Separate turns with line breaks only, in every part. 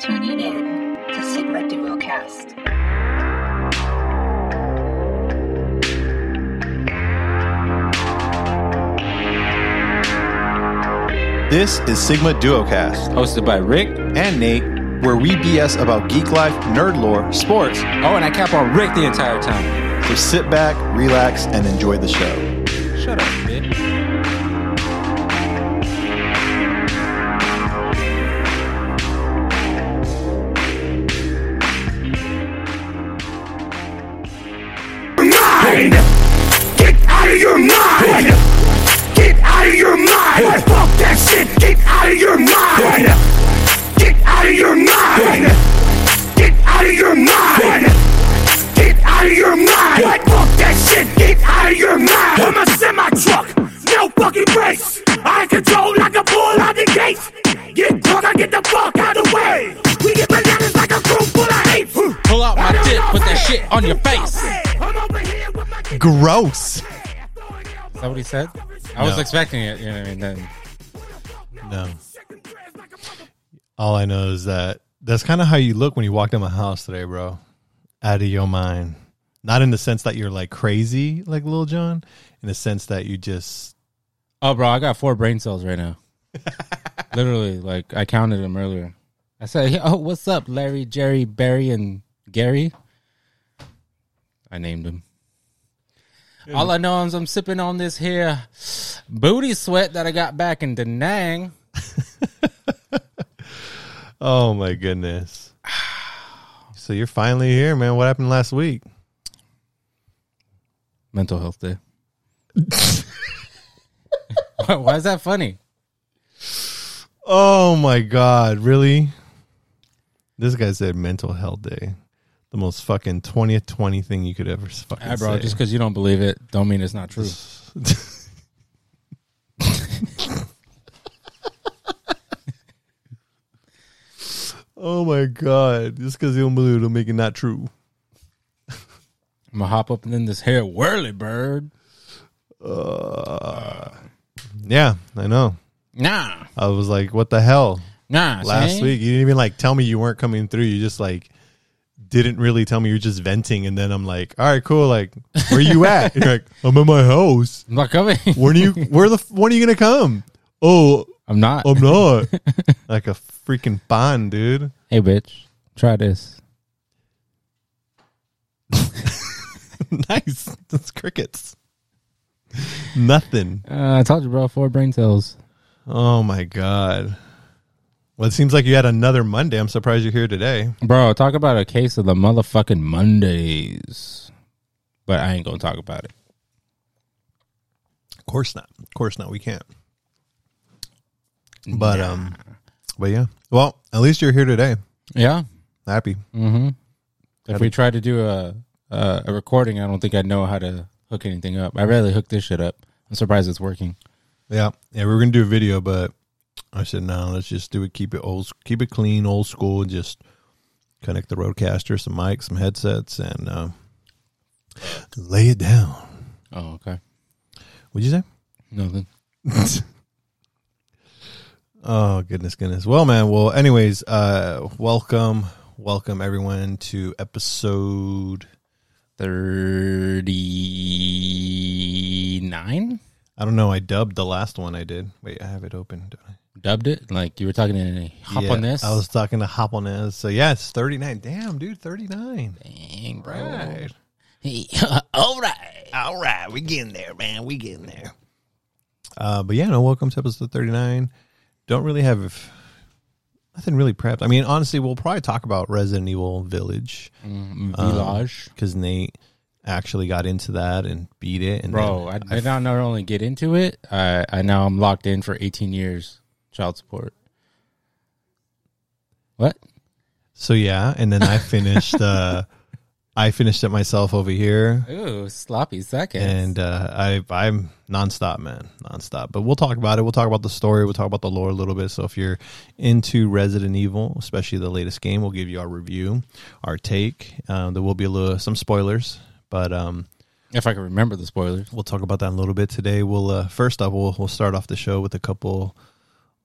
tuning in to Sigma DuoCast.
This is Sigma Duocast,
hosted by Rick.
and Nate, where we BS about geek life, nerd lore, sports.
Oh, and I cap on Rick the entire time.
So sit back, relax, and enjoy the show.
Shut up, bitch.
mind! Get out of your mind! Get out of your mind! Fuck that shit! Get out of your mind! Get out of your mind! Get out of your mind! Get out of your mind! Fuck that shit! Get out of your mind! I'm a semi truck, no fucking brakes. I control like a bull out the gate. Get drunk, I get the fuck out the way. We get bananas like a crew full of apes.
Pull out my dick, put that shit on your face. Is
I'm over here with my dick.
Gross.
that what he said? I was
No.
expecting it. You know what I mean? Then
No. All I know is that that's kind of how you look when you walk in my house today, bro. Out of your mind. Not in the sense that you're like crazy, like Lil John, in the sense that you just
oh, bro, I got four brain cells right now. Literally, like I counted them earlier. I said, "Hey, "Oh, what's up, Larry, Jerry, Barry, and Gary?" I named them. All I know is I'm sipping on this here booty sweat that I got back in Da Nang.
oh my goodness. So you're finally here, man. What happened last week?
Mental Health Day. why, why is that funny?
Oh my god, really? This guy said mental health day. The most fucking 20th 20 thing you could ever fucking
Ah, bro,
say.
just because you don't believe it, don't mean it's not true.
oh my god. Just because you don't believe it'll make it not true.
I'm gonna hop up and then this hair whirly bird.
Yeah, I know.
Nah,
I was like, what the hell?
nah.
Last
see?
week, you didn't even like tell me you weren't coming through. You just like didn't really tell me. You're just venting. And then I'm like, all right, cool. Like, where you at? You're like, I'm at my house.
I'm not coming.
When are you, where the, f- when are you going to come? Oh,
I'm not.
I'm not. like a freaking bond, dude.
hey, bitch, try this.
nice. That's crickets. Nothing.
Uh, I told you, bro. Four brain cells.
Oh my god. Well, it seems like you had another Monday. I'm surprised you're here today.
Bro, talk about a case of the motherfucking Mondays. But I ain't gonna talk about it.
Of course not. Of course not. We can't. But um but yeah. Well, at least you're here today.
Yeah.
Happy.
Mm-hmm. If we tried to do a a, a recording, I don't think I'd know how to hook anything up. I rarely hook this shit up. I'm surprised it's working.
Yeah. Yeah, we were gonna do a video, but I said no, let's just do it, keep it old keep it clean, old school, just connect the roadcaster, some mics, some headsets, and uh, lay it down.
Oh, okay.
What'd you say?
Nothing.
oh goodness goodness well man well anyways uh welcome welcome everyone to episode
Thirty nine.
i don't know i dubbed the last one i did wait i have it open don't I?
Dubbed it like you were talking to hop
Yeah,
on this.
i was talking to hop on this so yeah it's 39 damn dude 39
Dang, bro.
right
Hey, all right.
all right we getting there man we getting there uh but yeah no welcome to episode 39 don't really have nothing really prepped i mean honestly we'll probably talk about resident evil village
Village.
because Nate actually got into that and beat it. And
Bro, I
then-
did not not only get into it, I, I now I'm locked in for 18 years child support. What?
so yeah, and then I finished. uh I finished it myself over here,
Ooh, sloppy seconds.
and uh, I I'm nonstop, man, nonstop. But we'll talk about it. We'll talk about the story. We'll talk about the lore a little bit. So if you're into Resident Evil, especially the latest game, we'll give you our review, our take. Um, there will be a little some spoilers, but um,
if I can remember the spoilers.
We'll talk about that in a little bit today. We'll uh, first off, we'll we'll start off the show with a couple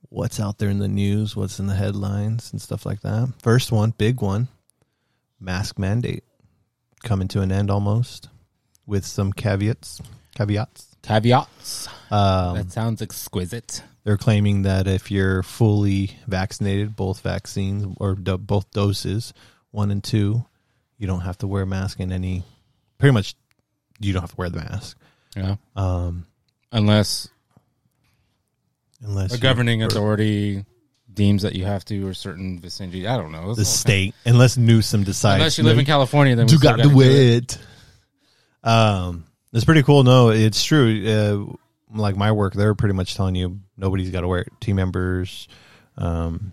what's out there in the news, what's in the headlines, and stuff like that. First one, big one, mask mandate coming to an end almost, with some caveats. Caveats.
Caveats.
Um,
that sounds exquisite.
they're claiming that if you're fully vaccinated, both vaccines or do- both doses, one and two, you don't have to wear a mask in any. Pretty much, you don't have to wear the mask
Yeah.
um,
Unless
unless
a
you-
governing
or
authority deems that you have to or certain vicinity. I don't know.
the state, unless Newsom decides.
Unless you live in California, then we
you
still
got to
gotta do it.
wait. Um, it's pretty cool. No, it's true. Uh, like my work, they're pretty much telling you nobody's got to wear it. Team members, um,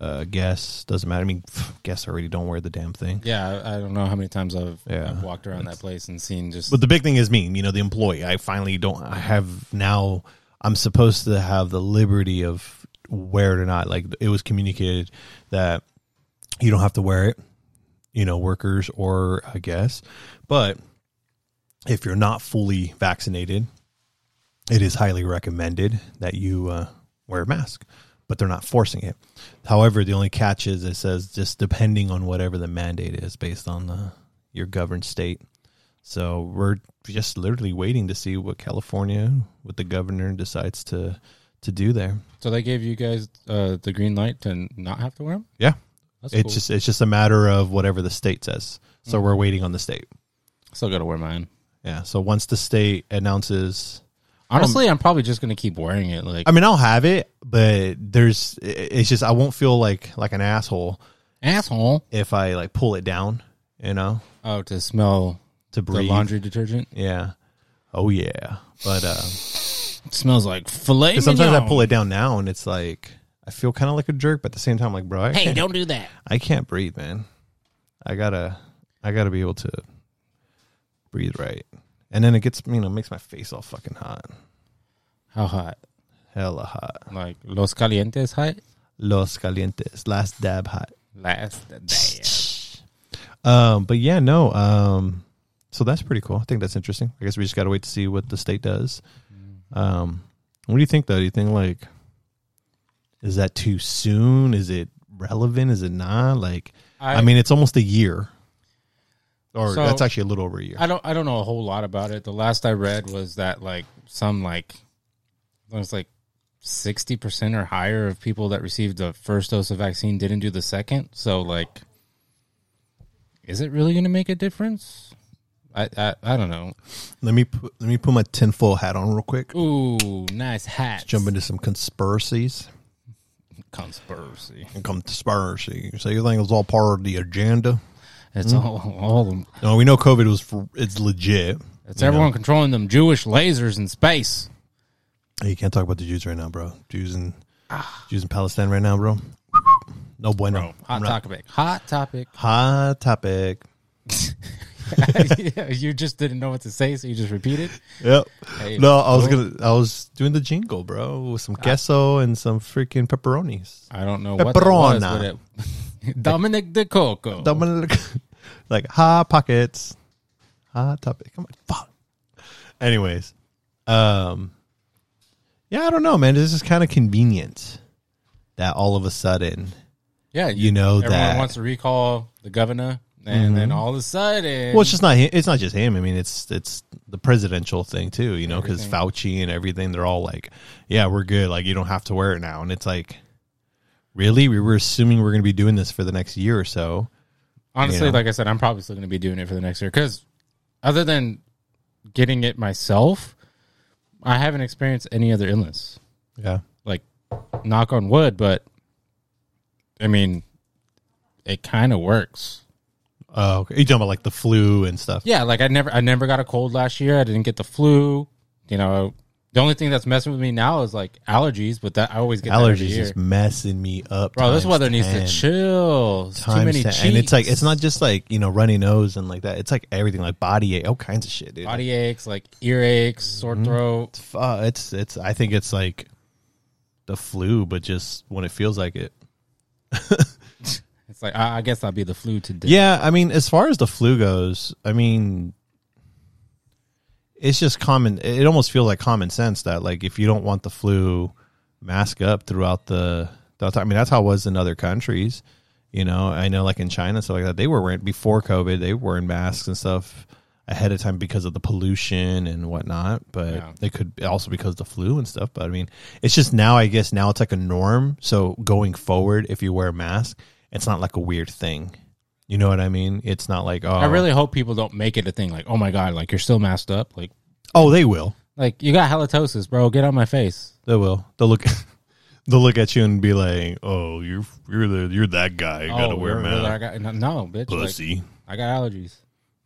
uh, guests doesn't matter. I mean, guests already don't wear the damn thing.
Yeah, I I don't know how many times I've,
Yeah.
I've walked around that place and seen just
But the big thing is me, you know, the employee. I finally don't. I have now. I'm supposed to have the liberty of wear it or not. Like it was communicated that you don't have to wear it. You know, workers or I guess, but if you're not fully vaccinated, it is highly recommended that you uh, wear a mask. But they're not forcing it. However, the only catch is it says just depending on whatever the mandate is, based on the your governed state. So we're just literally waiting to see what California, what the governor decides to to do there.
so they gave you guys uh, the green light to not have to wear them.
Yeah,
That's
it's
cool. Mm.
just it's just a matter of whatever the state says. So we're waiting on the state.
still got to wear mine.
Yeah. So once the state announces,
Honestly, I'm probably just gonna keep wearing it. Like
I mean, I'll have it, but there's i- it's just I won't feel like like an asshole
asshole.
if I like pull it down, you know,
Oh, to smell
to
the
breathe.
laundry detergent.
Yeah. Oh yeah. But uh,
It smells like filet.
'cause sometimes I pull it down now, and it's like I feel kind of like a jerk, but at the same time, like bro, I
Hey,
can't-
don't do that.
I can't breathe, man. I gotta, I gotta be able to breathe right. And then it gets, you know, makes my face all fucking hot,
How hot?
hella hot.
Like los calientes hot.
Los calientes, last dab hot.
Last damn.
Um, but yeah, no. Um, so that's pretty cool. I think that's interesting. I guess we just gotta wait to see what the state does. Um, what do you think though? Do you think like, is that too soon? Is it relevant? Is it not? Like, I,
I-
mean, it's almost a year, or
So-
that's actually a little over a year.
I don't. I don't know a whole lot about it. The last I read was that like some like it was like sixty percent or higher of people that received the first dose of vaccine didn't do the second. So like, is it really going to make a difference? I, I I don't know.
Let me put, let me put my tinfoil hat on real quick.
Ooh, nice hat.
Jump into some conspiracies
conspiracy.
and conspiracy. So you think it's all part of the agenda?
It's all all them.
No, we know COVID was for, it's legit.
It's everyone controlling them Jewish lasers in space.
Hey, you can't talk about the Jews right now, bro. Jews in Jews in Palestine right now, bro. No bueno.
Ah. Hot topic. Hot topic.
Hot topic.
Yeah, you just didn't know what to say, so you just repeated.
Yep.
Hey, Ah.
no, I was
bro.
gonna. I was doing the jingle, bro, with some queso and some freaking pepperonis.
I don't know what that was, but
Pepperona.
it, Dominic De Coco.
Double- like hot pockets, hot topic. Come on, fuck. Anyways, um, yeah, I don't know, man. This is kind of convenient that all of a sudden,
yeah,
you know
everyone
that- Mm-hmm.
wants to recall the governor, and then all of a sudden,
well, it's just not. hi- It's not just him. I mean, it's it's the presidential thing too. You know, because Fauci and everything, they're all like, yeah, we're good. Like, you don't have to wear it now, and it's like. Really, we were assuming we're going to be doing this for the next year or so.
honestly,
yeah.
like I said, I'm probably still going to be doing it for the next year because other than getting it myself, I haven't experienced any other illness.
Yeah,
Like, knock on wood, but I mean, it kind of works.
Oh, okay. You talking about like the flu and stuff?
Yeah, like I never I never got a cold last year. I didn't get the flu. You know, the only thing that's messing with me now is like allergies, but that I always get allergies.
allergies is messing me up.
Bro, this
times
weather needs
10,
to chill. It's too
times
many
10.
cheeks.
and it's like it's not just like you know runny nose and like that. It's like everything, like body ache, all kinds of shit, dude.
body aches, like earaches,
Mm-hmm.
sore throat.
It's, uh, it's it's. I think it's like the flu, but just when it feels like it.
It's like I, I guess I'll be the flu today.
Yeah, I mean, as far as the flu goes, I mean, it's just common. It almost feels like common sense that like if you don't want the flu, mask up throughout the, throughout the- I mean, that's how it was in other countries. You know, I know like in China, stuff like that, they were wearing, before COVID, they were wearing masks and stuff ahead of time because of the pollution and whatnot. But
Yeah.
it could be also because of the flu and stuff. But I mean, it's just now, I guess now it's like a norm. So going forward, if you wear a mask, it's not like a weird thing. You know what I mean? It's not like, oh,
I really hope people don't make it a thing. Like, oh my god, like you're still masked up. Like,
oh, they will.
like you got halitosis, bro. Get on my face.
They will. They'll look. They'll look at you and be like, "Oh, you're you're the, you're that guy. You gotta
Oh,
wear a
you're-
mask,
I got, no, no, bitch. like,
pussy."
I got allergies.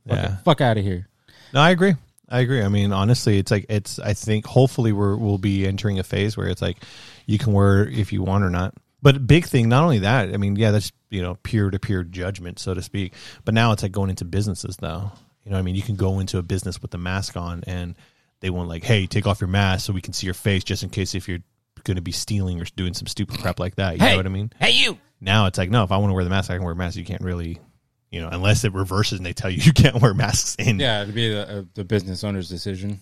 Fuck,
Yeah.
fuck out of here.
No, I agree. I agree. I mean, honestly, it's like it's. I think hopefully we're we'll be entering a phase where it's like you can wear if you want or not. But big thing, not only that. I mean, yeah, that's you know peer to peer judgment, so to speak. But now it's like going into businesses now. You know, what I mean, you can go into a business with the mask on, and they won't like, hey, take off your mask so we can see your face, just in case if you're going to be stealing or doing some stupid crap like that. You know what I mean?
Hey, you.
now it's like no if i want to wear the mask i can wear a mask you can't really you know unless it reverses and they tell you you can't wear masks in
Yeah, it'd be the, uh, the business owner's decision.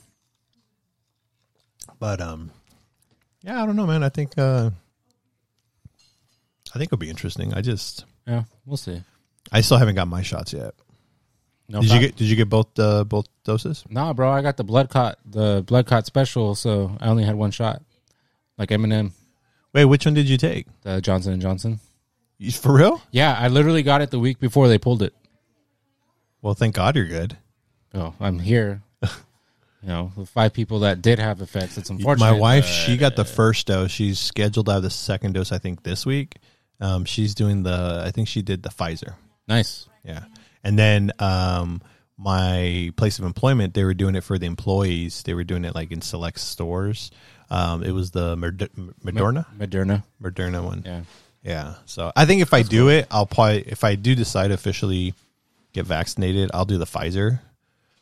but um yeah i don't know man i think uh i think it'll be interesting i just
Yeah, we'll see.
i still haven't got my shots yet
No,
did
pro-
you get did you get both uh both doses
Nah, bro. I got the blood clot, the blood clot special, so I only had one shot. Like Eminem,
wait which one did you take
the Johnson and Johnson.
You- for real
Yeah, I literally got it the week before they pulled it.
well thank god you're good
Oh, I'm here. you know, the five people that did have effects. It's unfortunate.
my wife
but-
she got the first dose she's scheduled to have the second dose i think this week um she's doing the i think she did the pfizer
nice.
Yeah. And then um my place of employment, they were doing it for the employees. They were doing it like in select stores. Um, it was the Mod- Moderna,
Moderna.
Moderna one.
Yeah.
Yeah. So I think if I do it, I'll probably if I do decide to officially get vaccinated, I'll do the Pfizer,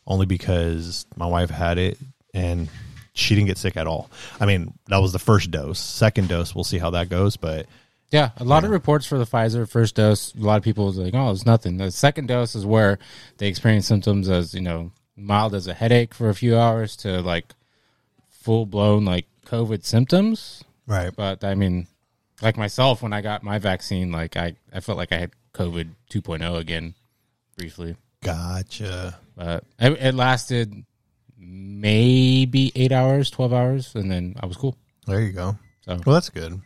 only because my wife had it and she didn't get sick at all. I mean, that was the first dose. Second dose, we'll see how that goes. But
Yeah, a lot of reports for the Pfizer first dose. A lot of people was like, "Oh, it's nothing." The second dose is where they experience symptoms as you know mild as a headache for a few hours to like full blown like COVID symptoms.
right,
But I mean, like myself, when I got my vaccine, like I I felt like I had COVID 2.0 again briefly,
gotcha.
but it, it lasted maybe eight hours, twelve hours, and then I was cool.
There you go.
So
Well, that's good.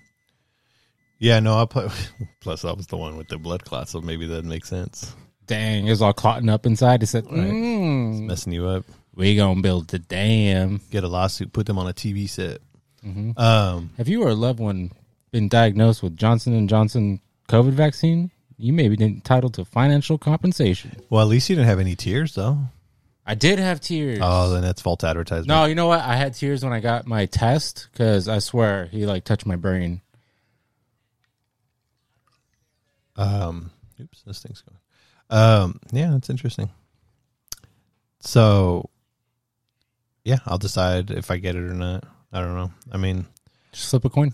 Yeah, no, I play. Plus, I was the one with the blood clot, so maybe that makes sense.
dang, it was all clotting up inside. It said, "Mm,
Messing you up.
"We gonna build the dam."
Get a lawsuit. Put them on a TV set.
Mm-hmm.
Um,
Have you or a loved one been diagnosed with Johnson and Johnson COVID vaccine? You may be entitled to financial compensation.
well, at least you didn't have any tears, though.
I did have tears.
Oh, then that's false advertisement.
no, you know what? I had tears when I got my test because I swear he like touched my brain.
Um, oops, this thing's going. Um, yeah, that's interesting. So, yeah, I'll decide if I get it or not. I don't know. I mean,
Just slip a coin.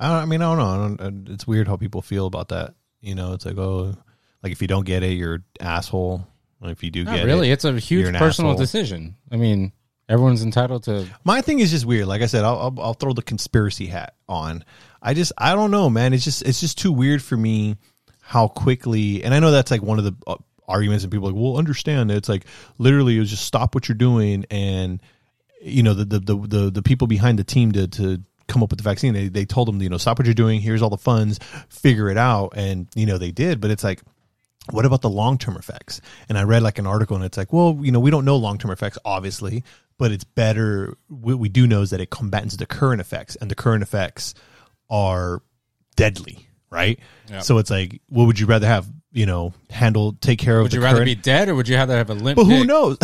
I, don't, I mean, I don't know. I don't, uh, it's weird how people feel about that. You know, it's like, oh, like if you don't get it, you're an asshole. And if you do
Not
get
really.
it,
It's a
You're
huge
an
personal
asshole.
decision. I mean, everyone's entitled to.
my thing is just weird. Like I said, I'll, I'll, I'll throw the conspiracy hat on. I just, I don't know, man. It's just, it's just too weird for me how quickly. And I know that's like one of the uh, arguments, and people are like, well, understand that it's like literally, it was just stop what you're doing and you know the the the the, the people behind the team to to come up with the vaccine they, they told them you know stop what you're doing here's all the funds figure it out and you know they did but it's like what about the long-term effects and i read like an article and it's like well you know we don't know long-term effects obviously but it's better what we do know is that it combats the current effects and the current effects are deadly right so it's like what would you rather have you know handle take care of
Would
the
you rather
current-
be dead or would you rather have a limp?
but who
dick?
knows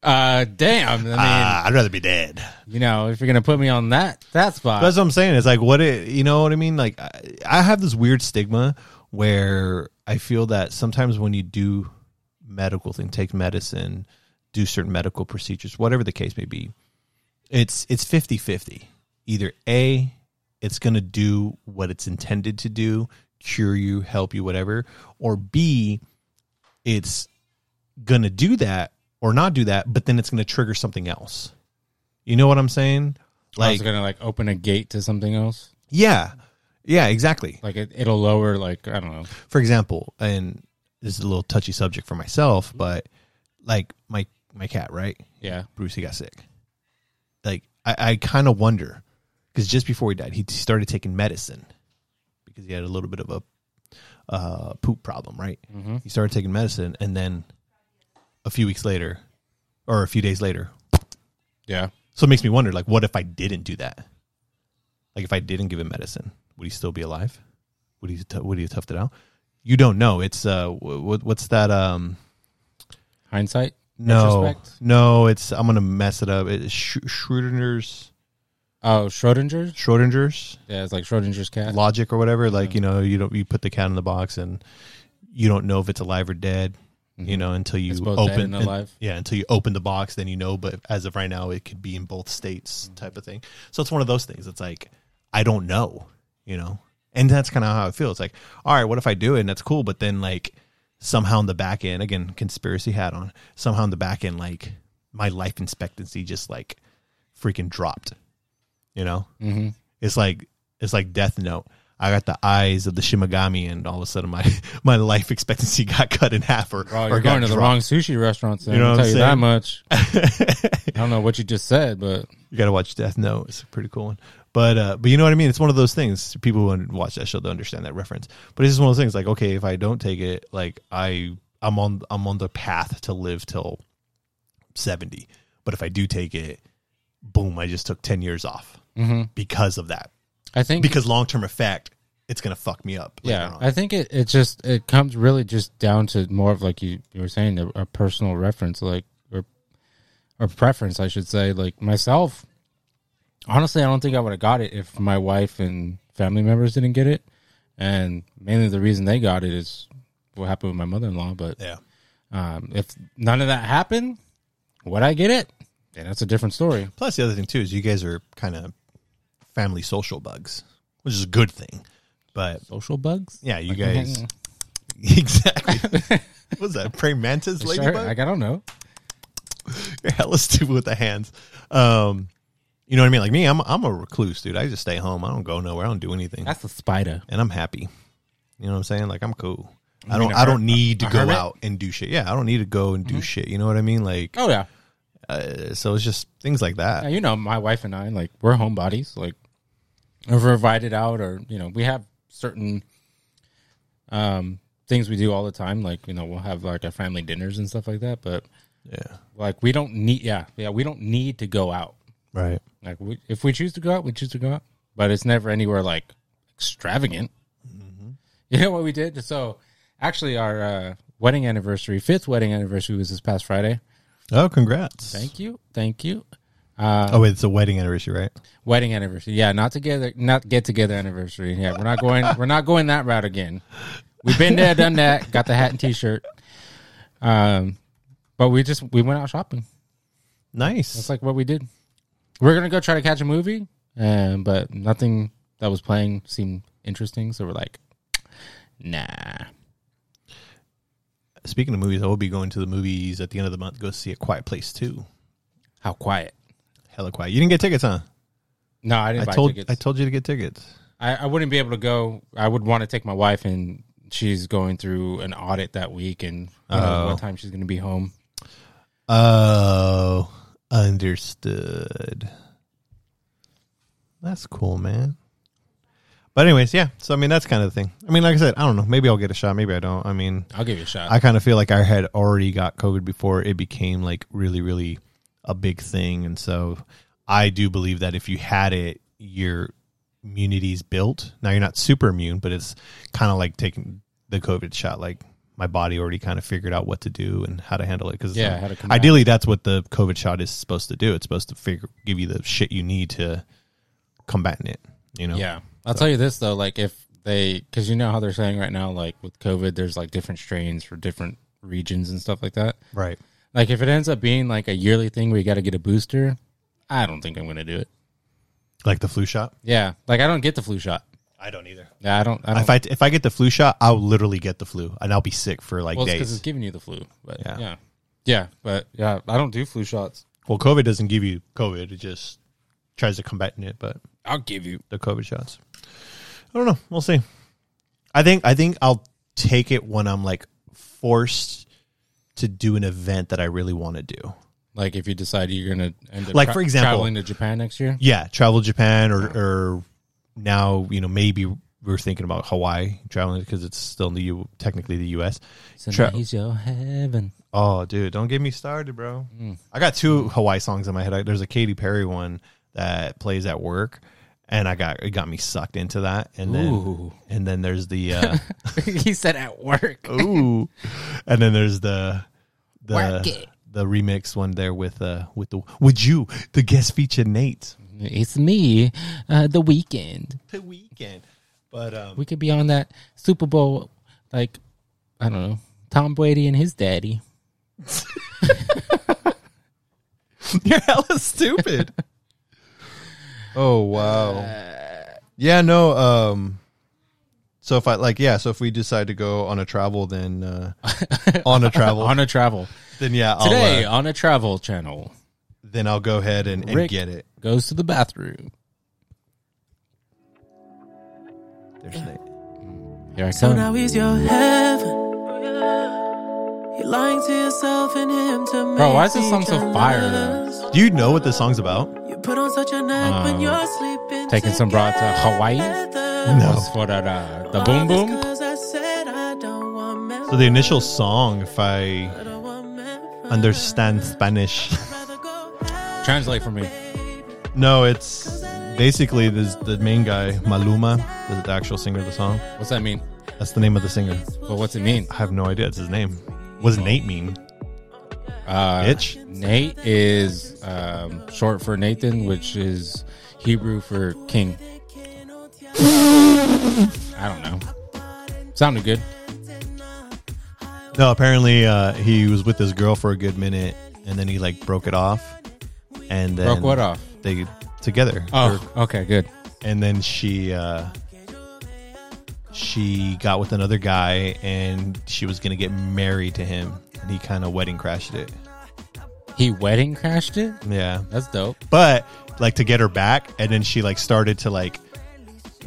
Uh, damn. I mean,
Ah, i'd rather be dead
you know, if you're gonna put me on that that spot,
That's what I'm saying. It's like what it, you know what I mean? Like I, I have this weird stigma where I feel that sometimes when you do medical thing, take medicine, do certain medical procedures, whatever the case may be, it's it's 50-50. Either A, it's going to do what it's intended to do, cure you, help you whatever, or B, it's going to do that or not do that, but then it's going to trigger something else. You know what I'm saying?
I was
Like,
gonna like open a gate to something else.
yeah, yeah, exactly.
Like it, it'll lower. Like I don't know.
For example, and this is a little touchy subject for myself, but like my my cat, right?
Yeah.
Brucey got sick. Like I, I kind of wonder because just before he died, he started taking medicine because he had a little bit of a uh, poop problem, right? He started taking medicine, and then a few weeks later, or a few days later,
Yeah.
so it makes me wonder, like, what if I didn't do that? Like, if I didn't give him medicine, would he still be alive? Would he t- would he have toughed it out? You don't know. It's uh, what, what's that um.
Hindsight.
No,
Retrospect?
no, it's I'm gonna mess it up. It's Sch- Schrodinger's
Oh, Schrodinger's.
Schrodinger's
Yeah, it's like Schrodinger's cat.
logic or whatever. Like you know, you don't you put the cat in the box and you don't know if it's alive or dead. You know, until you
It's both dead and
open
alive.
yeah, until you open the box, then you know. But as of right now, it could be in both states,
Mm-hmm.
type of thing. So it's one of those things. It's like I don't know. You know, and that's kind of how it feels. It's like, all right, what if I do it? And that's cool, but then like somehow in the back end, again, conspiracy hat on. Somehow in the back end, like my life expectancy just like freaking dropped. You know,
Mm-hmm.
it's like it's like Death Note. I got the eyes of the Shimagami, and all of a sudden my my life expectancy got cut in half, or
Bro,
or
you're
got
going to the
dropped.
wrong sushi restaurant. Sam.
You know
I'll
what
tell
I'm
you that
saying?
much. I don't know what you just said, but
You got to watch Death Note. It's a pretty cool one, but uh, but you know what I mean. It's one of those things. People who haven't watched that show don't understand that reference. But it's just one of those things. Like okay, if I don't take it, like I I'm on I'm on the path to live till seventy. But if I do take it, boom, I just took ten years off because of that.
I Mm-hmm. think
Because long term effect, it's gonna fuck me up. later
yeah
on.
i think it, it just it comes really just down to more of like you, you were saying a, a personal reference like or or preference i should say like myself honestly i don't think i would have got it if my wife and family members didn't get it and mainly the reason they got it is what happened with my mother-in-law but
yeah.
um, if none of that happened would i get it yeah, that's a different story
Plus, the other thing too is you guys are kind of family social bugs, which is a good thing. But
social bugs
yeah, you guys exactly. What's that? Praying mantis
sure,
ladybug?
like, i don't know
You're hella stupid with the hands. Um, you know what I mean? Like me, I'm I'm a recluse, dude. I just stay home. I don't go nowhere. I don't do anything,
that's a spider
and I'm happy. You know what I'm saying? Like I'm cool. I
mean
don't.
a
I
her-
don't need
a
to go
hermit? Mm-hmm.
out and do shit. Yeah, I don't need to go and do shit. You know what I mean? Like,
oh yeah
uh, so it's just things like that.
Yeah, Uh, you know, my wife and I, like, we're homebodies. Like, if we're invited out, or you know, we have certain um things we do all the time. Like, you know, we'll have like our family dinners and stuff like that. But
Yeah,
like, we don't need, yeah, yeah, we don't need to go out.
right.
Like, we, if we choose to go out, we choose to go out. But it's never anywhere like extravagant. Mm-hmm. You know what we did? So, actually, our uh, wedding anniversary, fifth wedding anniversary, was this past Friday.
Oh, congrats!
Thank you, thank you.
Oh, wait, it's a wedding anniversary, right?
wedding anniversary. Yeah, not together, not get together anniversary. Yeah, we're not going. we're not going that route again. We've been there, done that. Got the hat and t-shirt. Um, but we just we went out shopping.
Nice.
That's like what we did. We're gonna go try to catch a movie, um, but nothing that was playing seemed interesting. So we're like, nah.
Speaking of movies, I will be going to the movies at the end of the month. to Go see A Quiet Place too.
How quiet.
Hella quiet. You didn't get tickets, huh?
No, I
I
didn't buy
told
tickets.
I told you to get tickets.
I, I wouldn't be able to go. I would want to take my wife, and she's going through an audit that week, and who knows
Oh.
what time she's going to be home.
Oh, understood. That's cool, man. But anyways, yeah. So I mean, that's kind of the thing. I mean, like I said, I don't know. Maybe I'll get a shot. Maybe I don't. I mean,
I'll give you a shot.
I kind of feel like I had already got COVID before it became like really, really a big thing. And so I do believe that if you had it, your immunity's built. Now you're not super immune, but it's kind of like taking the COVID shot. Like my body already kind of figured out what to do and how to handle it. Cause it's
Yeah,
like-
how to combat
ideally that's what the COVID shot is supposed to do. It's supposed to figure, give you the shit you need to combat it, you know?
yeah. I'll tell you this though, like if they, because you know how they're saying right now, like with COVID, there's like different strains for different regions and stuff like that.
Right.
Like if it ends up being like a yearly thing where you got to get a booster, I don't think I'm going to do it.
Like the flu shot.
Yeah, like I don't get the flu shot.
I don't either.
Yeah, I don't. I don't.
If I if I get the flu shot, I'll literally get the flu and I'll be sick for like
well, it's because
days.
it's giving you the flu. But
Yeah.
yeah. yeah, but yeah, I don't do flu shots.
well, COVID doesn't give you COVID; it just tries to combat it, but
I'll give you.
the COVID shots. I don't know. We'll see. I think I think I'll take it when I'm like forced to do an event that I really want to do.
Like if you decide you're gonna end up
Like, for example-
traveling to Japan next year.
Yeah, travel to Japan or or now you know maybe we're thinking about Hawaii traveling because it's still in the U technically the U.S.
So
Tra-
now he's your heaven.
Oh, dude, don't get me started, bro. I got two Hawaii songs in my head. I- There's a Katy Perry one that plays at work, and I got it got me sucked into that. And then
Ooh.
and then there's the uh,
he said at work.
ooh, and then there's the
Work
the
it.
the remix one there with uh with the with you the guest feature Nate
It's me, uh, the weekend.
the weekend. But um,
We could be on that Super Bowl, like I don't know, Tom Brady and his daddy.
you're hella stupid. oh wow. yeah no um. So if I like yeah so if we decide to go on a travel then uh, on a travel
on a travel
then yeah I'll,
today
uh,
on a travel channel
then I'll go ahead and, and
Rick-
get it.
goes to the bathroom.
There's Nate.
Here I
So
come.
Oh, now he's your heaven. You're lying to yourself and him to me.
Bro, why is this song so fire, though?
Do you know what this song's about?
You put on such a neck
Um,
when you're sleeping.
taking some broad to Hawaii?
No.
Was for that, uh, the boom boom.
So the initial song, if I understand Spanish.
Translate for me.
No, it's basically this, the main guy, Maluma, the, the actual singer of the song.
What's that mean?
That's the name of the singer.
But what's it mean?
I have no idea. It's his name. What does Nate mean?
Uh,
Bitch?
Nate is um, short for Nathan, which is Hebrew for king. I don't know. Sounded good.
No, apparently uh, he was with this girl for a good minute and then he like broke it off. And then
Broke what off?
They together.
Oh, okay, good.
and then she uh she got with another guy and she was gonna get married to him and he kind of wedding crashed it
He wedding crashed it.
yeah
That's dope.
but like to get her back and then she like started to like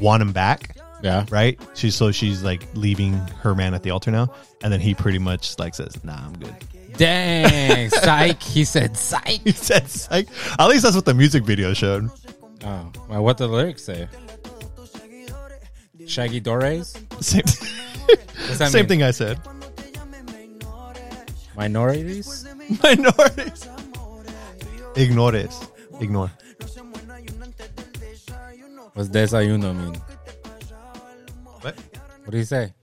want him back
Yeah.
right she so she's like leaving her man at the altar now and then he pretty much like says nah i'm good
Dang, psych. He said psych.
he says like at least that's what the music video showed
Oh, well, what the lyrics say? Shaggy Dores.
same,
What's that
same
mean?
thing i said
Minorities.
minorities ignores ignore
What's desayuno mean?
what
What do you say?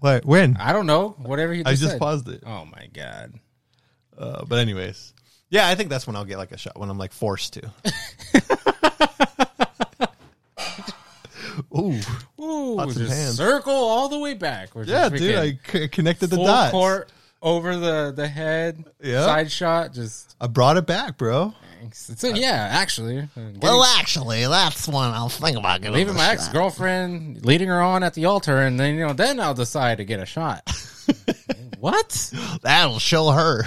what when
I don't know. Whatever he.
I just
said.
paused it.
Oh my god.
Uh, but anyways, yeah, I think that's when I'll get like a shot when I'm like forced to. Ooh,
Ooh,
Lots of
just
hands.
circle all the way back. We're
yeah,
just
dude, I
freaking
c- connected the
full
dots.
court over the the head.
Yeah.
side shot. Just
I brought it back, bro.
it's a, yeah, actually. Uh,
Well, actually, that's one I'll think about giving
leaving
a
my
shot.
ex girlfriend, leading her on at the altar, and then you know, then I'll decide to get a shot. what?
That'll show her.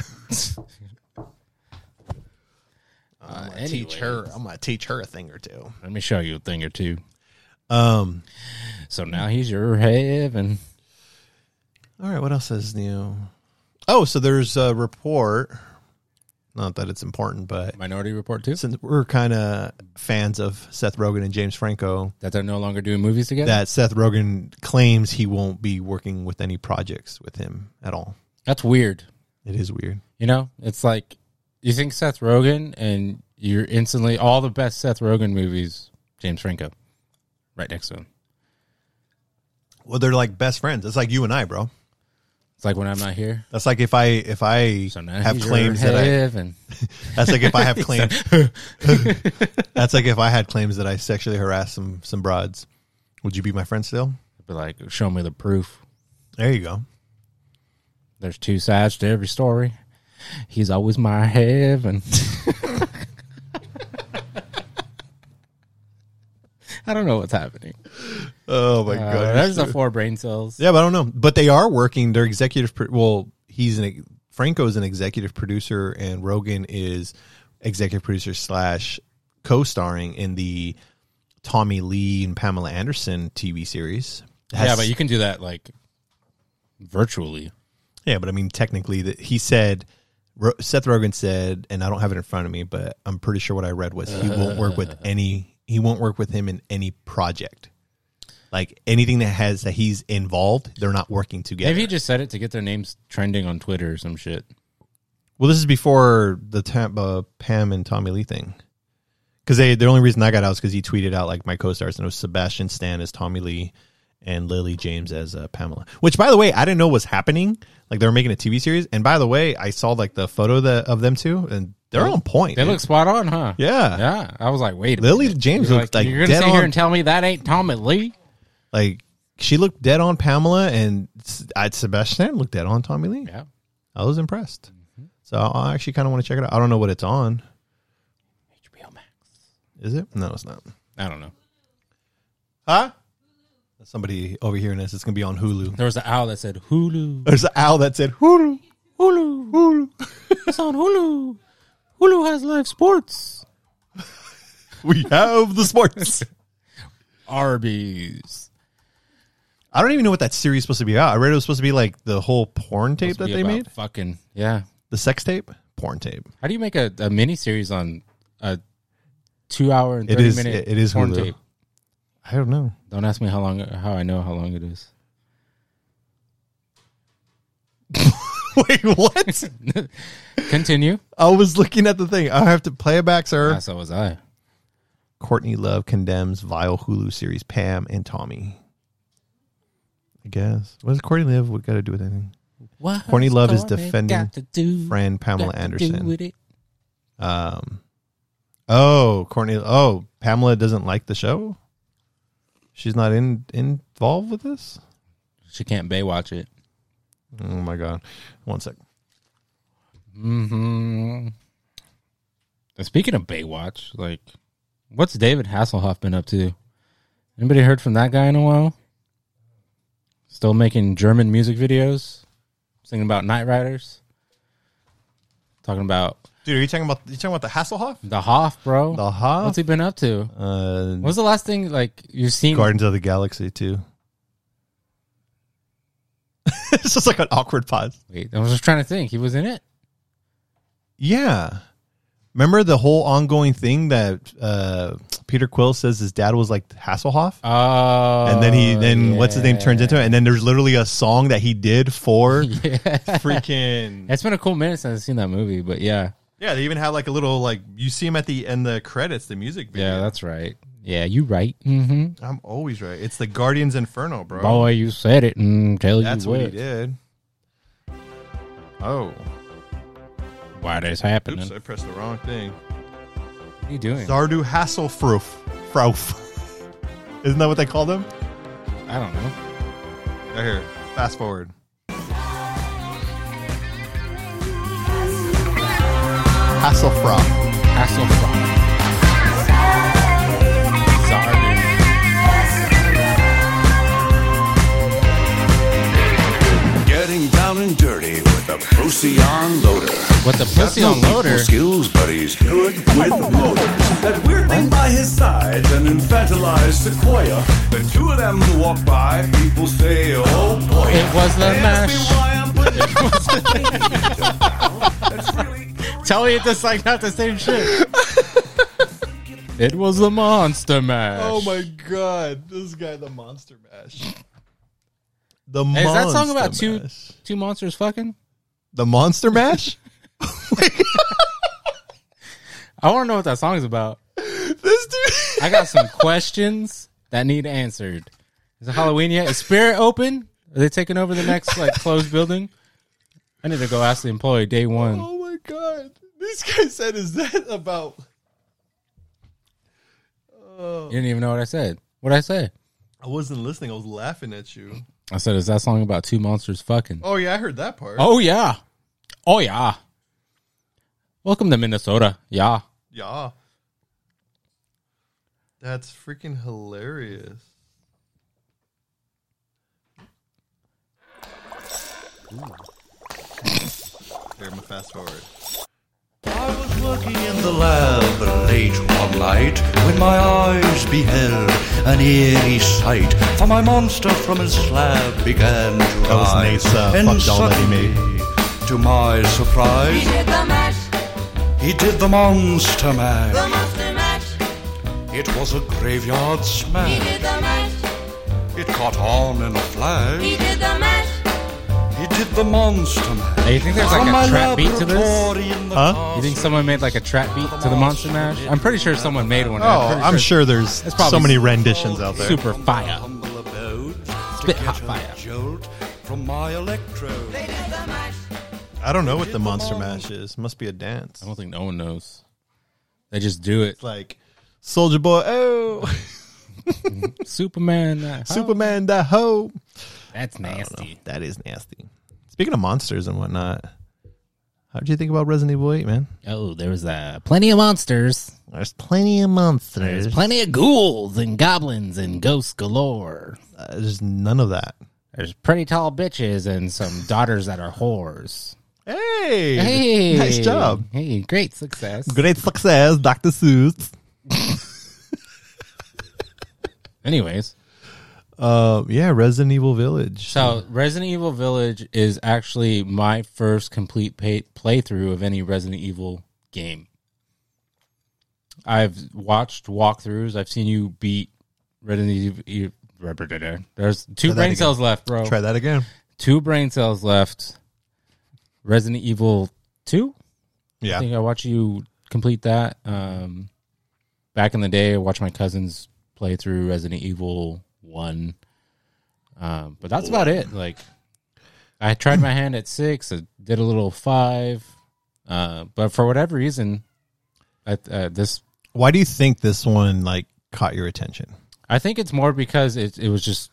Uh,
Teach
anyway,
her. I'm gonna teach her a thing or two.
Let me show you a thing or two.
Um.
So now he's your heaven.
All right. What else is new? Oh, so there's a report. Not that it's important, but
Minority Report too.
since we're kind of fans of Seth Rogen and James Franco,
That they're no longer doing movies together.
that Seth Rogen claims he won't be working with any projects with him at all.
That's weird.
It is weird.
You know, it's like you think Seth Rogen, and you're instantly all the best Seth Rogen movies. James Franco, right next to him.
Well, they're like best friends. It's like you and I, bro.
It's like when I'm not here.
That's like if I if I
So now
have
he's
claims
your
that I
heaven.
that's like if I have claims that's like if I had claims that I sexually harassed some some broads. Would you be my friend still?
Be like, show me the proof.
There you go.
There's two sides to every story. He's always my heaven. I don't know what's happening.
Oh my
Uh,
god.
there's the four brain cells.
yeah, but I don't know. But they are working. They're executive. Pro- well, he's an Franco's an executive producer, and Rogan is executive producer slash co-starring in the Tommy Lee and Pamela Anderson TV series.
yeah,
Has-
but you can do that like virtually.
yeah, but I mean, technically, that he said. Ro- Seth Rogen said, and I don't have it in front of me, but I'm pretty sure what I read was he won't work with any. He won't work with him in any project, like anything that has that he's involved. They're not working together.
Maybe he just said it to get their names trending on Twitter or some shit.
Well, this is before the Tam- uh, Pam and Tommy Lee thing. Because they, the only reason I got out is because he tweeted out like my co-stars, and it was Sebastian Stan as Tommy Lee and Lily James as uh, Pamela. Which, by the way, I didn't know was happening. Like they were making a TV series, and by the way, I saw like the photo that, of them two, and they're on point.
They
dude.
look spot on, huh?
Yeah.
yeah. I was like, wait, a
Lily
minute.
James
You're
looks like
you're gonna
dead
sit here
on-
and tell me that ain't Tommy Lee.
like she looked dead on Pamela, and S- I, Sebastian Stan looked dead on Tommy Lee.
Yeah, Mm-hmm.
I was impressed. So I actually kind of want to check it out. I don't know what it's on.
HBO Max.
Is it? No, it's not.
I don't know.
Huh? Somebody over here in this. It's gonna be on Hulu.
There was an owl that said Hulu.
There's an owl that said Hulu.
Hulu, Hulu. It's on Hulu. Hulu has live sports.
We have the sports.
Arby's.
I don't even know what that series is supposed to be about. I read it was supposed to be like the whole porn tape that
Be
they
about
made,
Fucking yeah.
the sex tape, porn tape.
How do you make a, a mini series on a two hour and
It
thirty
is-
minute
it is
porn
Hulu.
tape?
I don't know.
Don't ask me how long how I know how long it is.
Wait, what?
Continue.
I was looking at the thing. I have to play it back, sir.
Ah, so was I.
Courtney Love condemns vile Hulu series Pam and Tommy. I guess. What does Courtney Love what got to do with anything?
What
Courtney Love is defending
to do,
Friend
got
Pamela
to do
Anderson.
with it.
Um, oh, Courtney. Oh, Pamela doesn't like the show. She's not in involved with this.
She can't Baywatch it.
Oh my god! One sec.
Mm-hmm. Speaking of Baywatch, like, what's David Hasselhoff been up to? Anybody heard from that guy in a while? Still making German music videos, singing about Night Riders, talking about
Dude, are you talking about you talking about the Hasselhoff?
the Hoff, bro.
The Hoff?
What's he been up to?
Uh,
What's the last thing like you've seen?
Guardians of the Galaxy too. it's just like an awkward pause.
Wait, I was just trying to think. He was in it.
Yeah. Remember the whole ongoing thing that uh, Peter Quill says his dad was like Hasselhoff?
Oh,
and then he then what's his name turns into it and then there's literally a song that he did for freaking
It's been a cool minute since I've seen that movie, but yeah,
yeah they even have like a little like you see him at the end the credits the music video
yeah, that's right. Yeah, you right. Mm-hmm.
i'm always right it's the guardians inferno bro
Boy, you said it and tell
that's
you
what
what.
he did oh
Why this happening?
oops i pressed the wrong thing
What are you doing?
zardu hasselfroof frouf isn't that what they call them
I don't know.
right here fast forward hasselfroof
Hasselhoff. Zardu.
Getting down and dirty with a Procyon loader.
With the pussy
No
on loader.
equal skills, but he's good with motors. That weird thing by his side, an infantilized sequoia. The two of them walk by, people say, oh boy.
It was the
They ask me
mash.
why I'm putting- That's really-
Tell me it's just like not the same shit. it was the monster mash.
Oh god, this guy the monster mash. The
Hey, Is that song about
Monster
two
Mash.
two monsters fucking?
The monster mash?
I want to know what that song's about.
this dude.
I got some questions that need answered. Is it Halloween yet? Is Spirit open? Are they taking over the next like closed building? I need to go ask the employee day one.
Oh my god, this guy said, "Is that about?" Oh.
You didn't even know what I said. What I say?
I wasn't listening. I was laughing at you.
I said, "Is that song about two monsters fucking?"
Oh yeah, I heard that part.
Oh yeah, oh yeah. Welcome to Minnesota. Yeah,
Yeah, that's freaking hilarious. Here, I'm gonna fast forward.
I was
Working in the lab late one night, when my eyes beheld an eerie sight, for my monster from his slab began to
That was
rise.
Nate's, uh,
and
fuck doll that he made.
suddenly, to my surprise, he did the monster mash. It was a graveyard smash. It caught on in a flash. He did the monster mash.
Hey, you think there's like
From my
a trap beat to this?
laboratory in the
Huh?
You think someone made like a trap beat to the Monster Mash? I'm pretty sure someone made one.
Oh, I'm sure there's Oh,
That's probably
so many renditions out there.
Super fire.
humble abode
Spit
to get
hot
a
fire.
jolt from my electrode.
I don't know what the monster mash is. Must be a dance.
I don't think no one knows. They just do it.
It's like Soldier Boy, oh,
Superman. uh,
Superman, the hoe.
That's
Oh,
nasty.
that is nasty. Speaking of monsters and whatnot, how did you think about Resident Evil 8, man?
Oh, there was uh, plenty of monsters.
There's plenty of monsters.
There's plenty of ghouls and goblins and ghosts galore.
Uh, there's none of that.
There's pretty tall bitches and some daughters that are whores.
Hey,
Hey,
nice job.
Hey, great success.
Great success, Dr. Seuss.
Anyways,
Uh, yeah, Resident Evil Village.
so Resident Evil Village is actually my first complete pay- playthrough of any Resident Evil game. I've watched walkthroughs. I've seen you beat Resident Evil. There's two
that
brain
again.
cells left, bro.
Try that again.
two brain cells left. Resident Evil Two. I
Yeah,
think I watched you complete that. Um, back in the day, I watched my cousins play through Resident Evil One. Um, but that's about it. Like, I tried my hand at six. I did a little five, uh, but for whatever reason, I, uh, this
why do you think this one like caught your attention?
I think it's more because it it was just